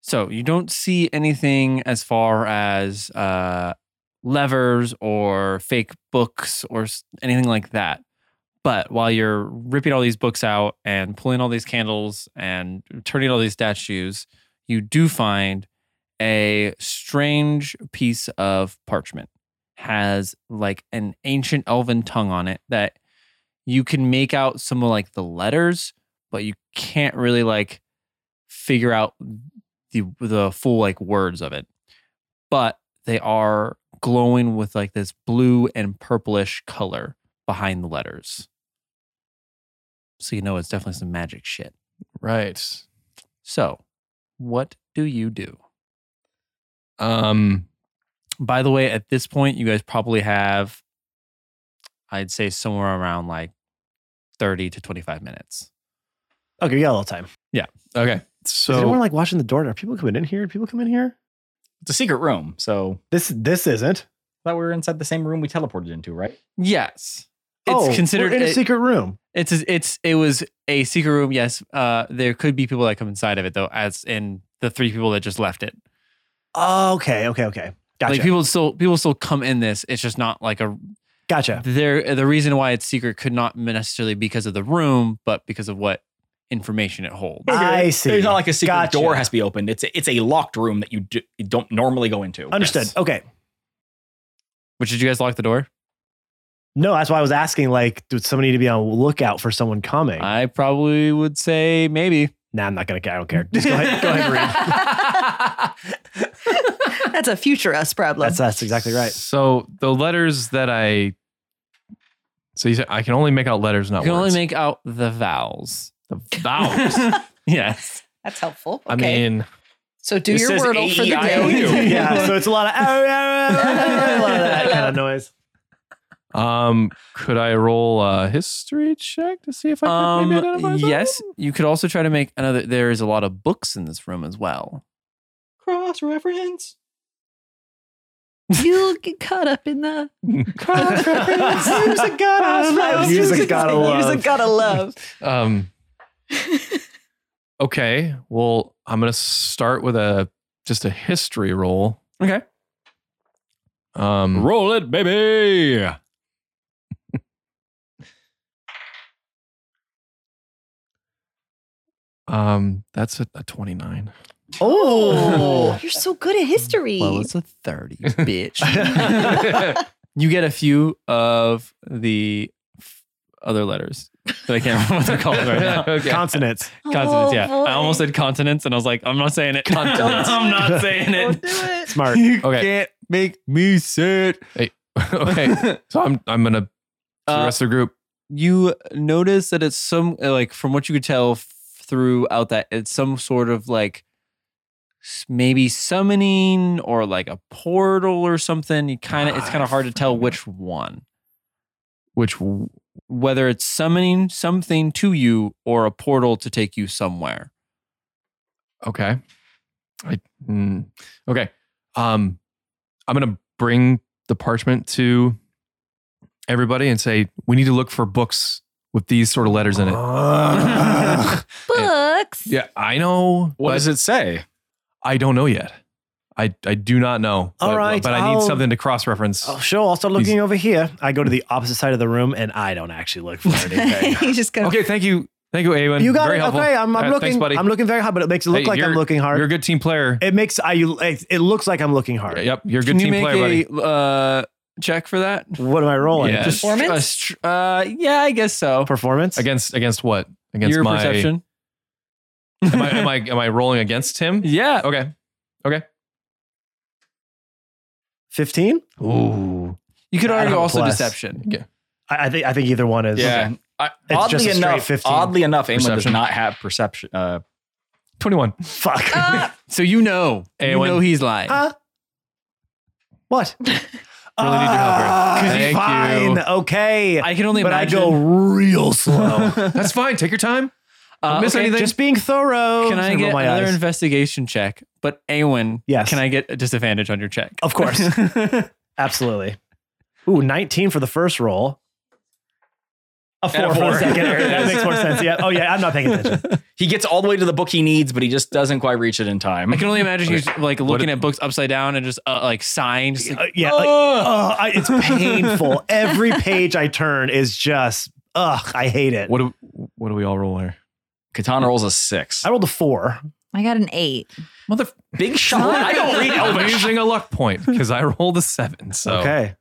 Speaker 2: so you don't see anything as far as uh, levers or fake books or s- anything like that. But while you're ripping all these books out and pulling all these candles and turning all these statues, you do find a strange piece of parchment. Has like an ancient elven tongue on it that you can make out some of like the letters, but you can't really like figure out the the full like words of it. But they are glowing with like this blue and purplish color behind the letters. So you know it's definitely some magic shit.
Speaker 3: right.
Speaker 2: So, what do you do?
Speaker 3: Um,
Speaker 2: By the way, at this point you guys probably have I'd say somewhere around like 30 to 25 minutes.
Speaker 8: Okay, we got a little time.
Speaker 3: okay.
Speaker 8: Is anyone
Speaker 3: So
Speaker 8: like watching the door? Are people coming in here? Do people come in here?
Speaker 1: It's a secret room. So
Speaker 8: This this isn't.
Speaker 1: I thought we were inside the same room we teleported into, right?
Speaker 2: Yes. It's
Speaker 8: oh,
Speaker 2: considered
Speaker 8: we're in a
Speaker 2: it-
Speaker 8: secret room.
Speaker 2: It's it's it was a secret room. Yes, uh, there could be people that come inside of it though, as in the three people that just left it.
Speaker 8: Oh, okay, okay, okay. Gotcha.
Speaker 2: Like people still people still come in this. It's just not like a
Speaker 8: gotcha.
Speaker 2: there. The reason why it's secret could not necessarily be because of the room, but because of what information it holds.
Speaker 8: I see.
Speaker 1: It's not like a secret
Speaker 8: Gotcha.
Speaker 1: door has to be opened. It's a, it's a locked room that you, do, you don't normally go into.
Speaker 8: Understood.
Speaker 1: Yes.
Speaker 8: Okay.
Speaker 2: Which did you guys lock the door?
Speaker 8: No, that's why I was asking. Like, does somebody need to be on lookout for someone coming?
Speaker 2: I probably would say maybe.
Speaker 8: nah, I'm not gonna care. I don't care. Just go ahead. go ahead and read.
Speaker 5: That's a future us problem.
Speaker 8: That's that's exactly right.
Speaker 3: So the letters that I. So you said I can only make out letters,
Speaker 2: You
Speaker 3: not
Speaker 2: can only
Speaker 3: words.
Speaker 2: make out the vowels.
Speaker 3: the vowels.
Speaker 2: yes.
Speaker 5: That's helpful.
Speaker 3: I mean,
Speaker 7: So do
Speaker 1: It
Speaker 7: your
Speaker 1: says
Speaker 7: wordle for the
Speaker 1: AEIOU.
Speaker 7: day.
Speaker 8: yeah. So it's a lot of, a lot of that kind of noise.
Speaker 3: um, could I roll a history check to see if I could maybe identify
Speaker 2: Um,
Speaker 3: something?
Speaker 2: yes, you could also try to make another. There is a lot of books in this room as well.
Speaker 1: Cross reference.
Speaker 5: You'll get caught up in the
Speaker 8: Music gotta love.
Speaker 5: Music
Speaker 8: Music gotta
Speaker 5: Music
Speaker 8: love.
Speaker 5: gotta love.
Speaker 3: Um. okay. Well, I'm gonna start with a just a history roll.
Speaker 2: Okay.
Speaker 3: Um.
Speaker 2: Roll it, baby.
Speaker 3: Um, that's a, a 29.
Speaker 8: Oh.
Speaker 5: You're so good at history.
Speaker 2: Well, it's a 30, bitch. you get a few of the f- other letters that I can't remember what they're called right now.
Speaker 3: Okay.
Speaker 8: Consonants.
Speaker 5: Oh,
Speaker 2: Consonants, yeah.
Speaker 5: boy.
Speaker 2: I almost said continents, and I was like, I'm not saying it.
Speaker 3: Continents.
Speaker 2: I'm not saying
Speaker 7: Don't
Speaker 2: it.
Speaker 7: do it.
Speaker 8: Smart.
Speaker 2: You
Speaker 3: Okay.
Speaker 2: can't make me say it.
Speaker 3: okay. So I'm I'm gonna to the
Speaker 2: Uh,
Speaker 3: rest of the group.
Speaker 2: you notice that it's some uh, like from what you could tell f- throughout that it's some sort of like s- maybe summoning or like a portal or something you kind of it's
Speaker 3: Ah,
Speaker 2: kind of hard to tell which one
Speaker 3: Which w-
Speaker 2: whether it's summoning something to you or a portal to take you somewhere
Speaker 3: okay. I mm, okay. Um, I'm gonna bring the parchment to everybody and say we need to look for books with these sort of letters in
Speaker 8: Uh-huh.
Speaker 3: it.
Speaker 6: Ugh.
Speaker 5: Books.
Speaker 3: Yeah, I know.
Speaker 1: What
Speaker 3: but
Speaker 1: does it say?
Speaker 3: I don't know yet. I I do not know.
Speaker 8: All
Speaker 3: but,
Speaker 8: right,
Speaker 3: but I need
Speaker 8: I'll-
Speaker 3: something to cross reference.
Speaker 8: Oh, sure. I'll start looking over here. I go to the opposite side of the room and I don't actually look for anything.
Speaker 7: you just go.
Speaker 3: Okay, thank you, thank you, Awen.
Speaker 8: you got
Speaker 3: Very
Speaker 8: it.
Speaker 3: helpful.
Speaker 8: Okay. I'm, I'm
Speaker 3: All right,
Speaker 8: looking.
Speaker 3: thanks, buddy.
Speaker 8: I'm looking very hard, but it makes it look
Speaker 3: Hey,
Speaker 8: like I'm
Speaker 3: you're-
Speaker 8: looking hard.
Speaker 3: You're a good team player.
Speaker 8: It makes I. It, it looks like I'm looking hard.
Speaker 3: Yep, you're a
Speaker 2: can
Speaker 3: good
Speaker 2: you
Speaker 3: team
Speaker 2: make
Speaker 3: player, buddy.
Speaker 2: a uh, check for that
Speaker 8: What am I rolling?
Speaker 3: Yeah.
Speaker 2: Just-
Speaker 7: Performance?
Speaker 2: a str- uh, yeah i guess so
Speaker 8: Performance.
Speaker 3: Against against what? Against
Speaker 2: your
Speaker 3: my
Speaker 2: perception
Speaker 3: Am I, am I am I rolling against him?
Speaker 2: yeah
Speaker 3: Okay.
Speaker 8: Fifteen.
Speaker 3: Ooh.
Speaker 2: you could
Speaker 8: I don't
Speaker 2: argue
Speaker 8: have a
Speaker 2: also
Speaker 8: plus.
Speaker 2: deception
Speaker 8: I, I think. I think either one is.
Speaker 1: Yeah. I,
Speaker 8: It's just
Speaker 1: oddly,
Speaker 8: a straight
Speaker 1: enough,
Speaker 8: 15.
Speaker 1: oddly enough, Aemon does
Speaker 3: Perception.
Speaker 1: not have perception. Uh,
Speaker 3: Twenty one.
Speaker 8: Fuck.
Speaker 2: so you know you
Speaker 3: Awen.
Speaker 2: know he's lying
Speaker 8: Huh? what? really
Speaker 3: Really need your help here. Thank
Speaker 8: fine.
Speaker 3: you.
Speaker 8: Okay.
Speaker 2: I can only
Speaker 8: but I
Speaker 2: imagine.
Speaker 8: go real slow.
Speaker 3: That's fine. Take your time.
Speaker 2: Uh,
Speaker 3: miss
Speaker 2: okay,
Speaker 3: anything?
Speaker 8: Just being thorough.
Speaker 2: Can
Speaker 8: I'm
Speaker 2: I
Speaker 8: gonna roll
Speaker 2: get
Speaker 8: my
Speaker 2: another
Speaker 8: eyes.
Speaker 2: investigation check? But Awen,
Speaker 8: Yes.
Speaker 2: can I get a disadvantage on your check?
Speaker 8: Of course. Absolutely. Ooh, 19 for the first roll. A four,
Speaker 1: And a
Speaker 8: for the
Speaker 1: four.
Speaker 8: second. that makes more sense. Yeah. Oh yeah. I'm not paying attention.
Speaker 1: he gets all the way to the book he needs, but he just doesn't quite reach it in time.
Speaker 2: I can only imagine you like looking
Speaker 3: What-
Speaker 2: at books upside down and just uh, like sighing. Just
Speaker 8: Uh,
Speaker 2: like,
Speaker 8: yeah. like, ugh, I, it's painful. Every page I turn is just ugh. I hate it.
Speaker 3: What do what do we all roll here?
Speaker 1: Catan rolls a six.
Speaker 8: I rolled a four.
Speaker 5: I got an eight.
Speaker 1: Mother, big shot. Uh, I don't read
Speaker 3: I'm
Speaker 1: Elvish.
Speaker 3: using a luck point because I rolled a seven. So
Speaker 8: Okay.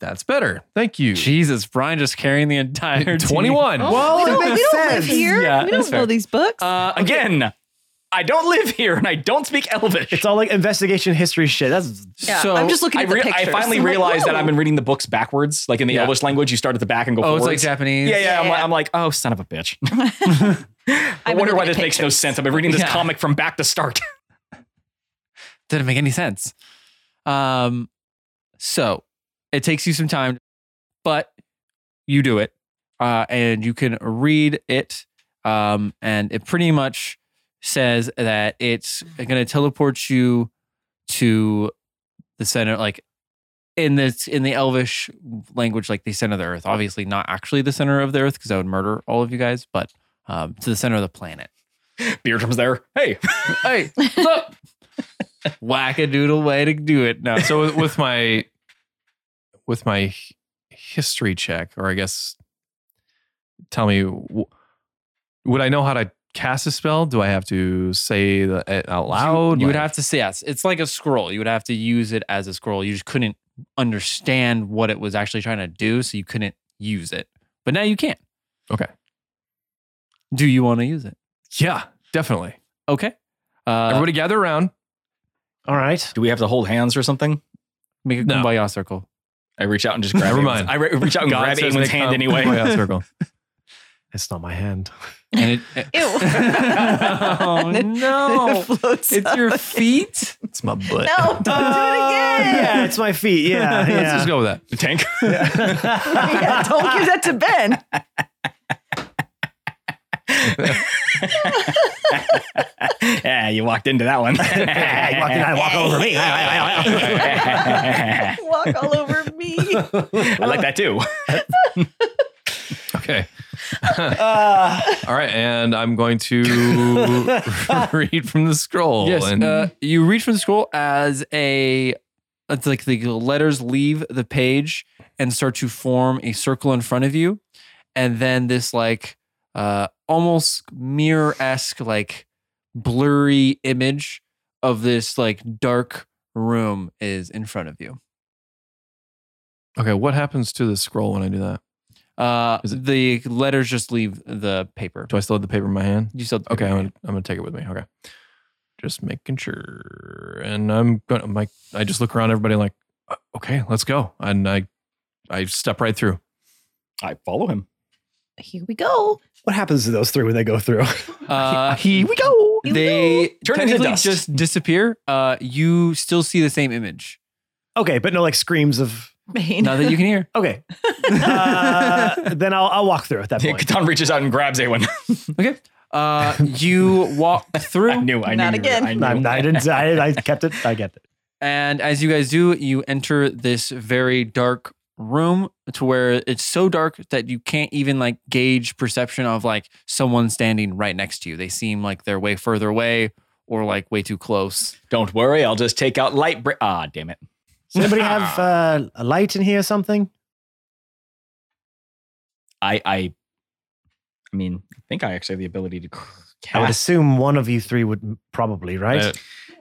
Speaker 3: that's better. Thank you.
Speaker 2: Jesus, Brian just carrying the entire team.
Speaker 3: Twenty one.
Speaker 8: Well,
Speaker 7: we
Speaker 8: Oh, it
Speaker 7: don't,
Speaker 8: makes
Speaker 7: we don't live
Speaker 8: sense.
Speaker 7: here.
Speaker 1: Yeah,
Speaker 7: we don't
Speaker 1: that's fair.
Speaker 7: know these books.
Speaker 2: Uh, okay.
Speaker 1: Again, I don't live here and I don't speak Elvish.
Speaker 8: It's all like investigation history shit. That's
Speaker 7: yeah,
Speaker 2: so
Speaker 7: I'm just looking
Speaker 1: I,
Speaker 7: at the
Speaker 1: re- I
Speaker 7: pictures.
Speaker 1: finally
Speaker 7: I'm like,
Speaker 1: realized that
Speaker 7: whoa.
Speaker 1: I've been reading the books backwards. Like in the
Speaker 2: Yeah.
Speaker 1: Elvish language, you start at the back and go
Speaker 2: oh, it's like
Speaker 1: forwards.
Speaker 2: Japanese.
Speaker 1: yeah, yeah. I'm, like,
Speaker 7: Yeah.
Speaker 1: I'm like, oh, son of a bitch. I
Speaker 7: been
Speaker 1: wonder why
Speaker 7: looking
Speaker 1: this
Speaker 7: at
Speaker 1: makes no
Speaker 7: pictures.
Speaker 1: sense. I've been reading this
Speaker 2: Yeah.
Speaker 1: comic from back to start.
Speaker 2: Didn't make any sense. Um, so it takes you some time, but you do it, uh, and you can read it. Um, and it pretty much says that it's going to teleport you to the center, like in this in the Elvish language, like the center of the Earth. Obviously, not actually the center of the Earth because I would murder all of you guys, but um, to the center of the planet.
Speaker 1: Beardrum's there. Hey,
Speaker 2: Hey, what's up? Whack-a-doodle way to do it. No,
Speaker 3: so with-
Speaker 1: Oh.
Speaker 3: with my with my h- history check, or I guess tell me, w- would I know how to cast a spell? Do I have to say the, it out loud?
Speaker 2: You, you would
Speaker 3: Like-
Speaker 2: have to say yes. It's like a scroll. You would have to use it as a scroll. You just couldn't understand what it was actually trying to do, so you couldn't use it. But now you can.
Speaker 3: Okay.
Speaker 2: Do you want to use it?
Speaker 3: Yeah, definitely.
Speaker 2: Okay. Uh, Everybody,
Speaker 3: Everybody gather around.
Speaker 8: all right.
Speaker 1: do we have to hold hands or something?
Speaker 2: make a
Speaker 3: no.
Speaker 2: kumbaya circle.
Speaker 1: I reach out and just grab.
Speaker 3: Never
Speaker 1: Eamon's-
Speaker 3: mind.
Speaker 1: I re- reach out and
Speaker 3: God
Speaker 1: grab
Speaker 3: says
Speaker 1: Aemon's
Speaker 3: they
Speaker 1: hand
Speaker 3: come.
Speaker 1: anyway.
Speaker 3: Oh, yeah, circle.
Speaker 8: It's not my hand.
Speaker 2: And it,
Speaker 7: Ew.
Speaker 2: oh no!
Speaker 7: floats
Speaker 2: It's
Speaker 7: up.
Speaker 2: your feet.
Speaker 3: It's my butt.
Speaker 7: No, don't do it again.
Speaker 8: yeah, it's my feet. Yeah.
Speaker 3: Let's just
Speaker 8: yeah.
Speaker 3: go with that.
Speaker 1: The tank.
Speaker 7: Yeah, don't give that to Ben.
Speaker 1: yeah, you walked into that one.
Speaker 8: You walked in, I walk over me.
Speaker 1: I
Speaker 7: Walk all over me.
Speaker 1: like that too.
Speaker 3: Okay.
Speaker 8: Uh,
Speaker 3: All right. And I'm going to read from the scroll.
Speaker 2: Yes,
Speaker 3: And
Speaker 2: uh, you reach for the scroll as a. It's like the letters leave the page and start to form a circle in front of you, and then this like uh, almost mirror esque, like blurry image of this like dark room is in front of you.
Speaker 3: Okay, what happens to the scroll when I do that?
Speaker 2: Uh,
Speaker 3: Is it-
Speaker 2: the letters just leave the paper.
Speaker 3: Do I still have the paper in my hand?
Speaker 2: You still
Speaker 3: Okay, I'm gonna, I'm gonna take it with me. Okay, just making sure. And I'm gonna my I just look around everybody like, "Uh, okay, let's go. And I I step right through.
Speaker 1: I follow him.
Speaker 5: Here we go.
Speaker 8: What happens to those three when they go through?
Speaker 2: Uh,
Speaker 8: Here we go.
Speaker 2: they
Speaker 1: Turn into
Speaker 2: technically
Speaker 1: dust.
Speaker 2: just disappear. Uh, you still see the same image.
Speaker 8: Okay, but no like screams of.
Speaker 7: Bane.
Speaker 2: Now that you can hear.
Speaker 8: Okay, uh, then I'll, I'll walk through at that point.
Speaker 1: Catan reaches out and grabs Awen.
Speaker 2: Okay. Uh, you walk
Speaker 1: I
Speaker 2: through,
Speaker 1: knew. I
Speaker 7: Not
Speaker 1: knew. you were-
Speaker 7: again.
Speaker 1: I knew.
Speaker 8: I'm not, I, didn't, I, I kept it. I get it.
Speaker 2: and as you guys do, you enter this very dark room to where it's so dark that you can't even like gauge perception of like someone standing right next to you. They seem like they're way further away or like way too close.
Speaker 1: Don't worry. I'll just take out light. Bri- ah, damn it.
Speaker 8: Does anybody
Speaker 1: Ah.
Speaker 8: have uh, a light in here or something?
Speaker 1: I. I. I mean, I think I actually have the ability to cast.
Speaker 8: I would assume one of you three would m- probably, right?
Speaker 3: Uh,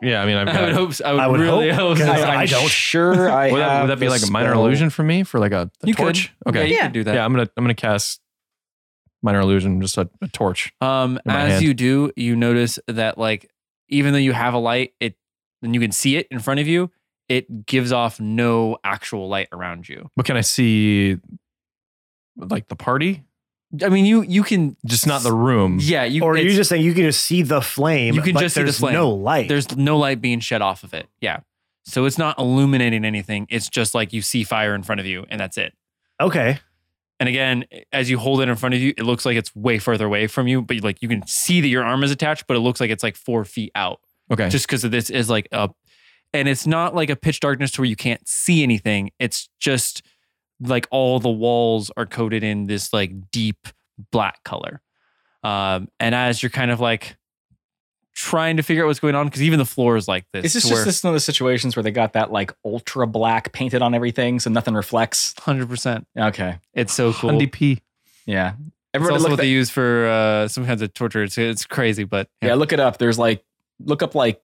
Speaker 3: yeah, I mean, I've
Speaker 2: I would
Speaker 3: got.
Speaker 2: hope. So. I would,
Speaker 8: I would
Speaker 2: really hope.
Speaker 8: hope,
Speaker 2: so.
Speaker 8: 'cause
Speaker 1: I,
Speaker 8: I
Speaker 1: I'm
Speaker 8: don't.
Speaker 1: sure I
Speaker 3: would, that,
Speaker 1: have
Speaker 3: would that be
Speaker 1: the
Speaker 3: like a minor
Speaker 1: spell.
Speaker 3: illusion for me for like a, a
Speaker 2: You
Speaker 3: torch?
Speaker 2: could. Yeah,
Speaker 3: Okay,
Speaker 2: you
Speaker 3: yeah,
Speaker 7: Yeah.
Speaker 2: could do that.
Speaker 3: I'm gonna I'm gonna cast minor illusion, just a, a torch.
Speaker 2: Um,
Speaker 3: in my
Speaker 2: as
Speaker 3: hand.
Speaker 2: you do, you notice that like even though you have a light, it and you can see it in front of you, it gives off no actual light around you.
Speaker 3: But can I see like the party?
Speaker 2: I mean, you you can
Speaker 3: Just not the room.
Speaker 2: yeah you
Speaker 8: or are you
Speaker 2: it's-
Speaker 8: just saying you can just see the flame?
Speaker 2: You can
Speaker 8: but
Speaker 2: just see the
Speaker 8: there's
Speaker 2: flame.
Speaker 8: No light.
Speaker 2: there's no light being shed off of it. Yeah, so it's not illuminating anything. It's just like you see fire in front of you, and that's it.
Speaker 8: okay.
Speaker 2: And again, as you hold it in front of you, it looks like it's way further away from you, but like you can see that your arm is attached, but it looks like it's like four feet out.
Speaker 3: Okay.
Speaker 2: just because this is like a and it's not like a pitch darkness to where you can't see anything it's just like all the walls are coated in this like deep black color um and as you're kind of like trying to figure out what's going on because even the floor is like this
Speaker 1: Is this
Speaker 2: to
Speaker 1: just
Speaker 2: where
Speaker 1: this one of those situations where they got that like ultra black painted on everything so nothing reflects?
Speaker 2: 100%
Speaker 1: Okay.
Speaker 2: it's so cool it's
Speaker 3: NDP.
Speaker 1: Yeah. Everybody
Speaker 2: also
Speaker 1: look
Speaker 2: what
Speaker 1: at
Speaker 2: they use for uh some kinds of torture it's, it's crazy but
Speaker 1: yeah. look it up. There's like look up like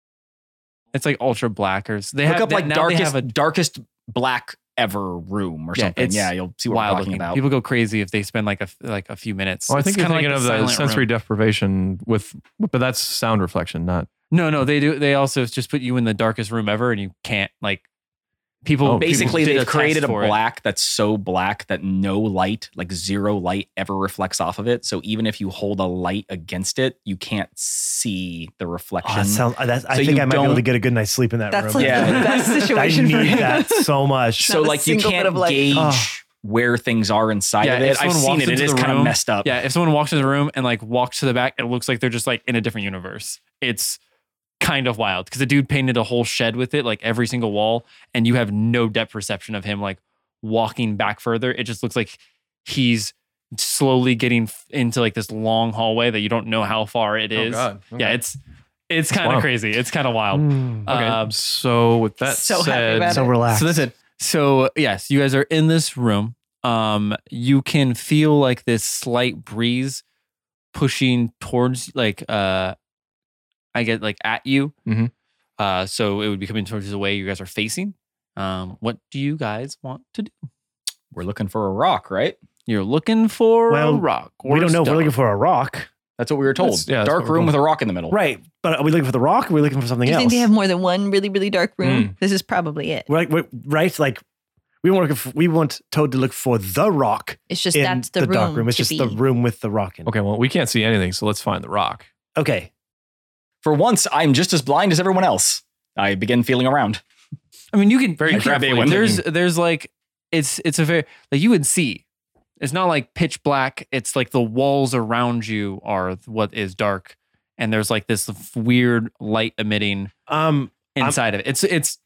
Speaker 2: it's like ultra blackers they
Speaker 1: look
Speaker 2: have
Speaker 1: up
Speaker 2: they-
Speaker 1: like
Speaker 2: now
Speaker 1: darkest
Speaker 2: they have a
Speaker 1: darkest black ever room or
Speaker 2: Yeah,
Speaker 1: something.
Speaker 2: it's
Speaker 1: Yeah, you'll see what
Speaker 2: wild
Speaker 1: we're talking
Speaker 2: looking
Speaker 1: about.
Speaker 2: people go crazy if they spend like a f- like a few minutes
Speaker 3: Oh, I
Speaker 2: It's
Speaker 3: think you're
Speaker 2: kinda like
Speaker 3: thinking of the
Speaker 2: silent room.
Speaker 3: sensory deprivation with, but that's sound reflection, not.
Speaker 2: No, no, they do. They also just put you in the darkest room ever, and you can't like people.
Speaker 3: Oh.
Speaker 2: people
Speaker 1: Basically,
Speaker 2: did
Speaker 1: they've
Speaker 2: test
Speaker 1: created a
Speaker 2: for it.
Speaker 1: black that's so black that no light, like zero light, ever reflects off of it. So even if you hold a light against it, you can't see the
Speaker 8: Oh,
Speaker 1: reflection.
Speaker 8: that sounds, uh, that's, I
Speaker 1: So
Speaker 8: think
Speaker 1: you
Speaker 8: I might be able to
Speaker 1: don't-
Speaker 8: get a good night's sleep in that
Speaker 7: That's
Speaker 8: room.
Speaker 7: like
Speaker 1: Yeah.
Speaker 7: the best situation
Speaker 8: I
Speaker 7: for
Speaker 8: need
Speaker 7: him.
Speaker 8: that so much.
Speaker 1: so
Speaker 7: Not a
Speaker 1: like you
Speaker 7: single bit
Speaker 1: can't
Speaker 7: of light.
Speaker 1: gauge
Speaker 8: Oh.
Speaker 1: where things are inside
Speaker 2: Yeah,
Speaker 1: of it.
Speaker 2: if
Speaker 1: I've
Speaker 2: someone
Speaker 1: seen
Speaker 2: walks
Speaker 1: it. It
Speaker 2: into
Speaker 1: is
Speaker 2: the
Speaker 1: kind
Speaker 2: room-
Speaker 1: of messed up.
Speaker 2: Yeah, if someone walks into the room and like walks to the back, it looks like they're just like in a different universe. It's kind of wild because the dude painted a whole shed with it, like every single wall, and you have no depth perception of him like walking back further. It just looks like he's slowly getting f- into like this long hallway that you don't know how far
Speaker 3: Oh,
Speaker 2: it is. Yeah, it's it's kind
Speaker 3: wild. Mm,
Speaker 2: of crazy. It's kind of wild.
Speaker 3: Okay.
Speaker 2: Um,
Speaker 3: so with that
Speaker 7: so happy
Speaker 3: said,
Speaker 7: about
Speaker 8: so relaxed.
Speaker 2: So listen. So yes, you guys are in this room. Um, you can feel like this slight breeze pushing towards, like uh, I get like at you.
Speaker 8: Mm-hmm.
Speaker 3: Mhm.
Speaker 2: Uh, so it would be coming towards the way you guys are facing. Um, what do you guys want to do?
Speaker 1: We're looking for a rock, right?
Speaker 2: You're looking for a
Speaker 8: Well,
Speaker 2: rock. Or
Speaker 8: we don't know if we're
Speaker 2: stone.
Speaker 8: looking for a rock.
Speaker 1: That's what we were told.
Speaker 3: That's- yeah, that's
Speaker 1: Dark
Speaker 3: what we're
Speaker 1: room
Speaker 3: told.
Speaker 1: with a rock in the middle.
Speaker 8: Right. But are we looking for the rock? Or are we looking for something
Speaker 5: Do you
Speaker 8: else?
Speaker 5: think they have more than one really, really dark
Speaker 2: Hmm.
Speaker 5: room? This is probably it.
Speaker 8: We're like, we're, right? Like, we want, for, we want Toad to look for the rock
Speaker 5: It's just
Speaker 8: in
Speaker 5: that's the,
Speaker 8: the
Speaker 5: room.
Speaker 8: dark room. It's
Speaker 5: to
Speaker 8: just
Speaker 5: be.
Speaker 8: the room with the rock in. it.
Speaker 3: okay. Well, we can't see anything, so let's find the rock.
Speaker 8: Okay.
Speaker 1: For once, I'm just as blind as everyone else. I begin feeling around.
Speaker 2: I mean, you can
Speaker 1: Very
Speaker 2: you can-
Speaker 1: crabby one.
Speaker 2: There's there's like it's it's a very like you would see. It's not like pitch black. It's like the walls around you are what is dark, and there's like this weird light emitting
Speaker 8: Um,
Speaker 2: inside of it. It's it's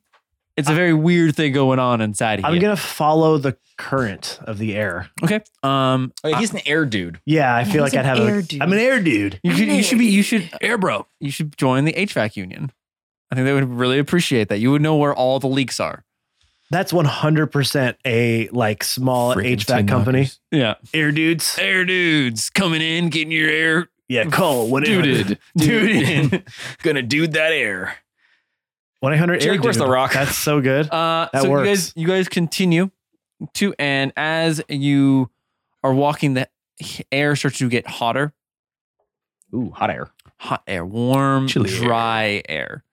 Speaker 2: it's a very weird thing going on inside here.
Speaker 8: I'm going to follow the current of the air.
Speaker 2: okay. Um,
Speaker 1: Oh, yeah, he's an air dude.
Speaker 8: Yeah, I feel
Speaker 5: He's
Speaker 8: like I'd
Speaker 5: an
Speaker 8: have
Speaker 5: air
Speaker 8: a.
Speaker 5: dude.
Speaker 8: I'm an air dude.
Speaker 2: you should you should be you should
Speaker 3: Air bro.
Speaker 2: you should join the HVAC union. I think they would really appreciate that. You would know where all the leaks are.
Speaker 8: That's 100% a like small
Speaker 3: Freaking
Speaker 8: HVAC
Speaker 3: tin
Speaker 8: company.
Speaker 3: knockers.
Speaker 2: Yeah.
Speaker 8: Air dudes.
Speaker 2: Air dudes coming in, getting your air
Speaker 8: Yeah, call 1 800
Speaker 2: duded. Duded.
Speaker 1: Gonna dude that air.
Speaker 8: 1 800
Speaker 1: Jake,
Speaker 8: Air
Speaker 1: where's
Speaker 8: Dude.
Speaker 1: the rock?
Speaker 8: That's so good.
Speaker 2: Uh,
Speaker 8: That
Speaker 2: so you
Speaker 8: works.
Speaker 2: guys, you guys continue to, and as you are walking, the air starts to get hotter,
Speaker 1: Ooh, hot air.
Speaker 2: hot air, warm,
Speaker 3: Chilly air.
Speaker 2: dry air,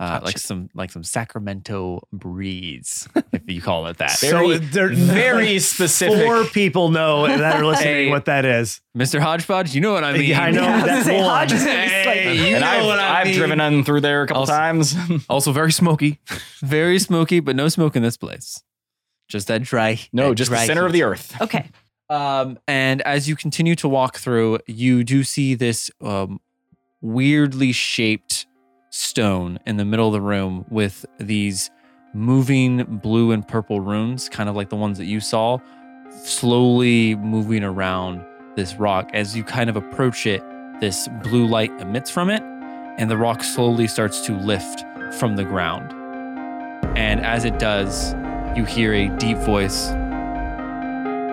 Speaker 2: uh,
Speaker 1: Hot
Speaker 2: like
Speaker 1: chili.
Speaker 2: some like some Sacramento breeze, if you call it that.
Speaker 1: Very-
Speaker 8: they're-
Speaker 1: Very
Speaker 8: like,
Speaker 1: specific.
Speaker 8: Four people know that are listening
Speaker 2: Hey.
Speaker 8: what that is.
Speaker 2: Mr. Hodgepodge, you know what I mean.
Speaker 8: Yeah, I know
Speaker 7: I was gonna
Speaker 8: that
Speaker 7: say,
Speaker 8: one.
Speaker 7: Hodges is like-
Speaker 2: Hey, you
Speaker 1: and
Speaker 2: know
Speaker 1: I've,
Speaker 2: what I
Speaker 1: I've
Speaker 2: mean.
Speaker 1: driven on through there a couple
Speaker 3: Also-
Speaker 1: times.
Speaker 3: Also very smoky.
Speaker 2: Very smoky, but no smoke in this place. Just that dry.
Speaker 1: no,
Speaker 2: that
Speaker 1: just the
Speaker 2: dry
Speaker 1: center
Speaker 2: heat.
Speaker 1: of the earth.
Speaker 7: Okay.
Speaker 2: Um, and as you continue to walk through, you do see this um, weirdly shaped stone in the middle of the room with these moving blue and purple runes, kind of like the ones that you saw, slowly moving around this rock. As you kind of approach it, this blue light emits from it, and the rock slowly starts to lift from the ground. And as it does, you hear a deep voice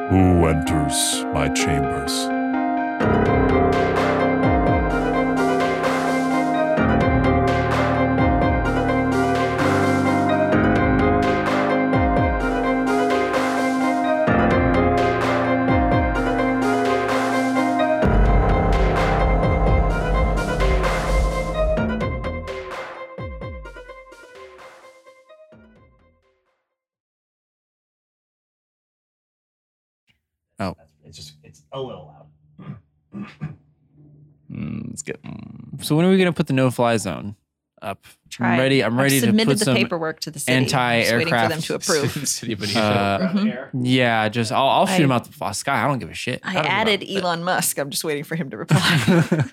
Speaker 4: Who enters my chambers?
Speaker 1: Mm, let's get.
Speaker 2: So when are we gonna put the no fly zone up?
Speaker 7: Try.
Speaker 2: I'm ready. I'm
Speaker 7: I've
Speaker 2: ready to
Speaker 7: submitted
Speaker 2: put
Speaker 7: the
Speaker 2: some.
Speaker 7: paperwork to the city. I'm just Waiting
Speaker 2: anti-aircraft
Speaker 7: for them to approve.
Speaker 3: City of
Speaker 2: uh,
Speaker 7: Mhm.
Speaker 2: yeah, just I'll, I'll shoot
Speaker 7: I-
Speaker 2: him out the fly sky. I don't give a shit.
Speaker 7: I
Speaker 2: don't give a-
Speaker 7: added Elon Musk. I'm just waiting for him to reply.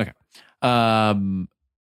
Speaker 2: okay. Um,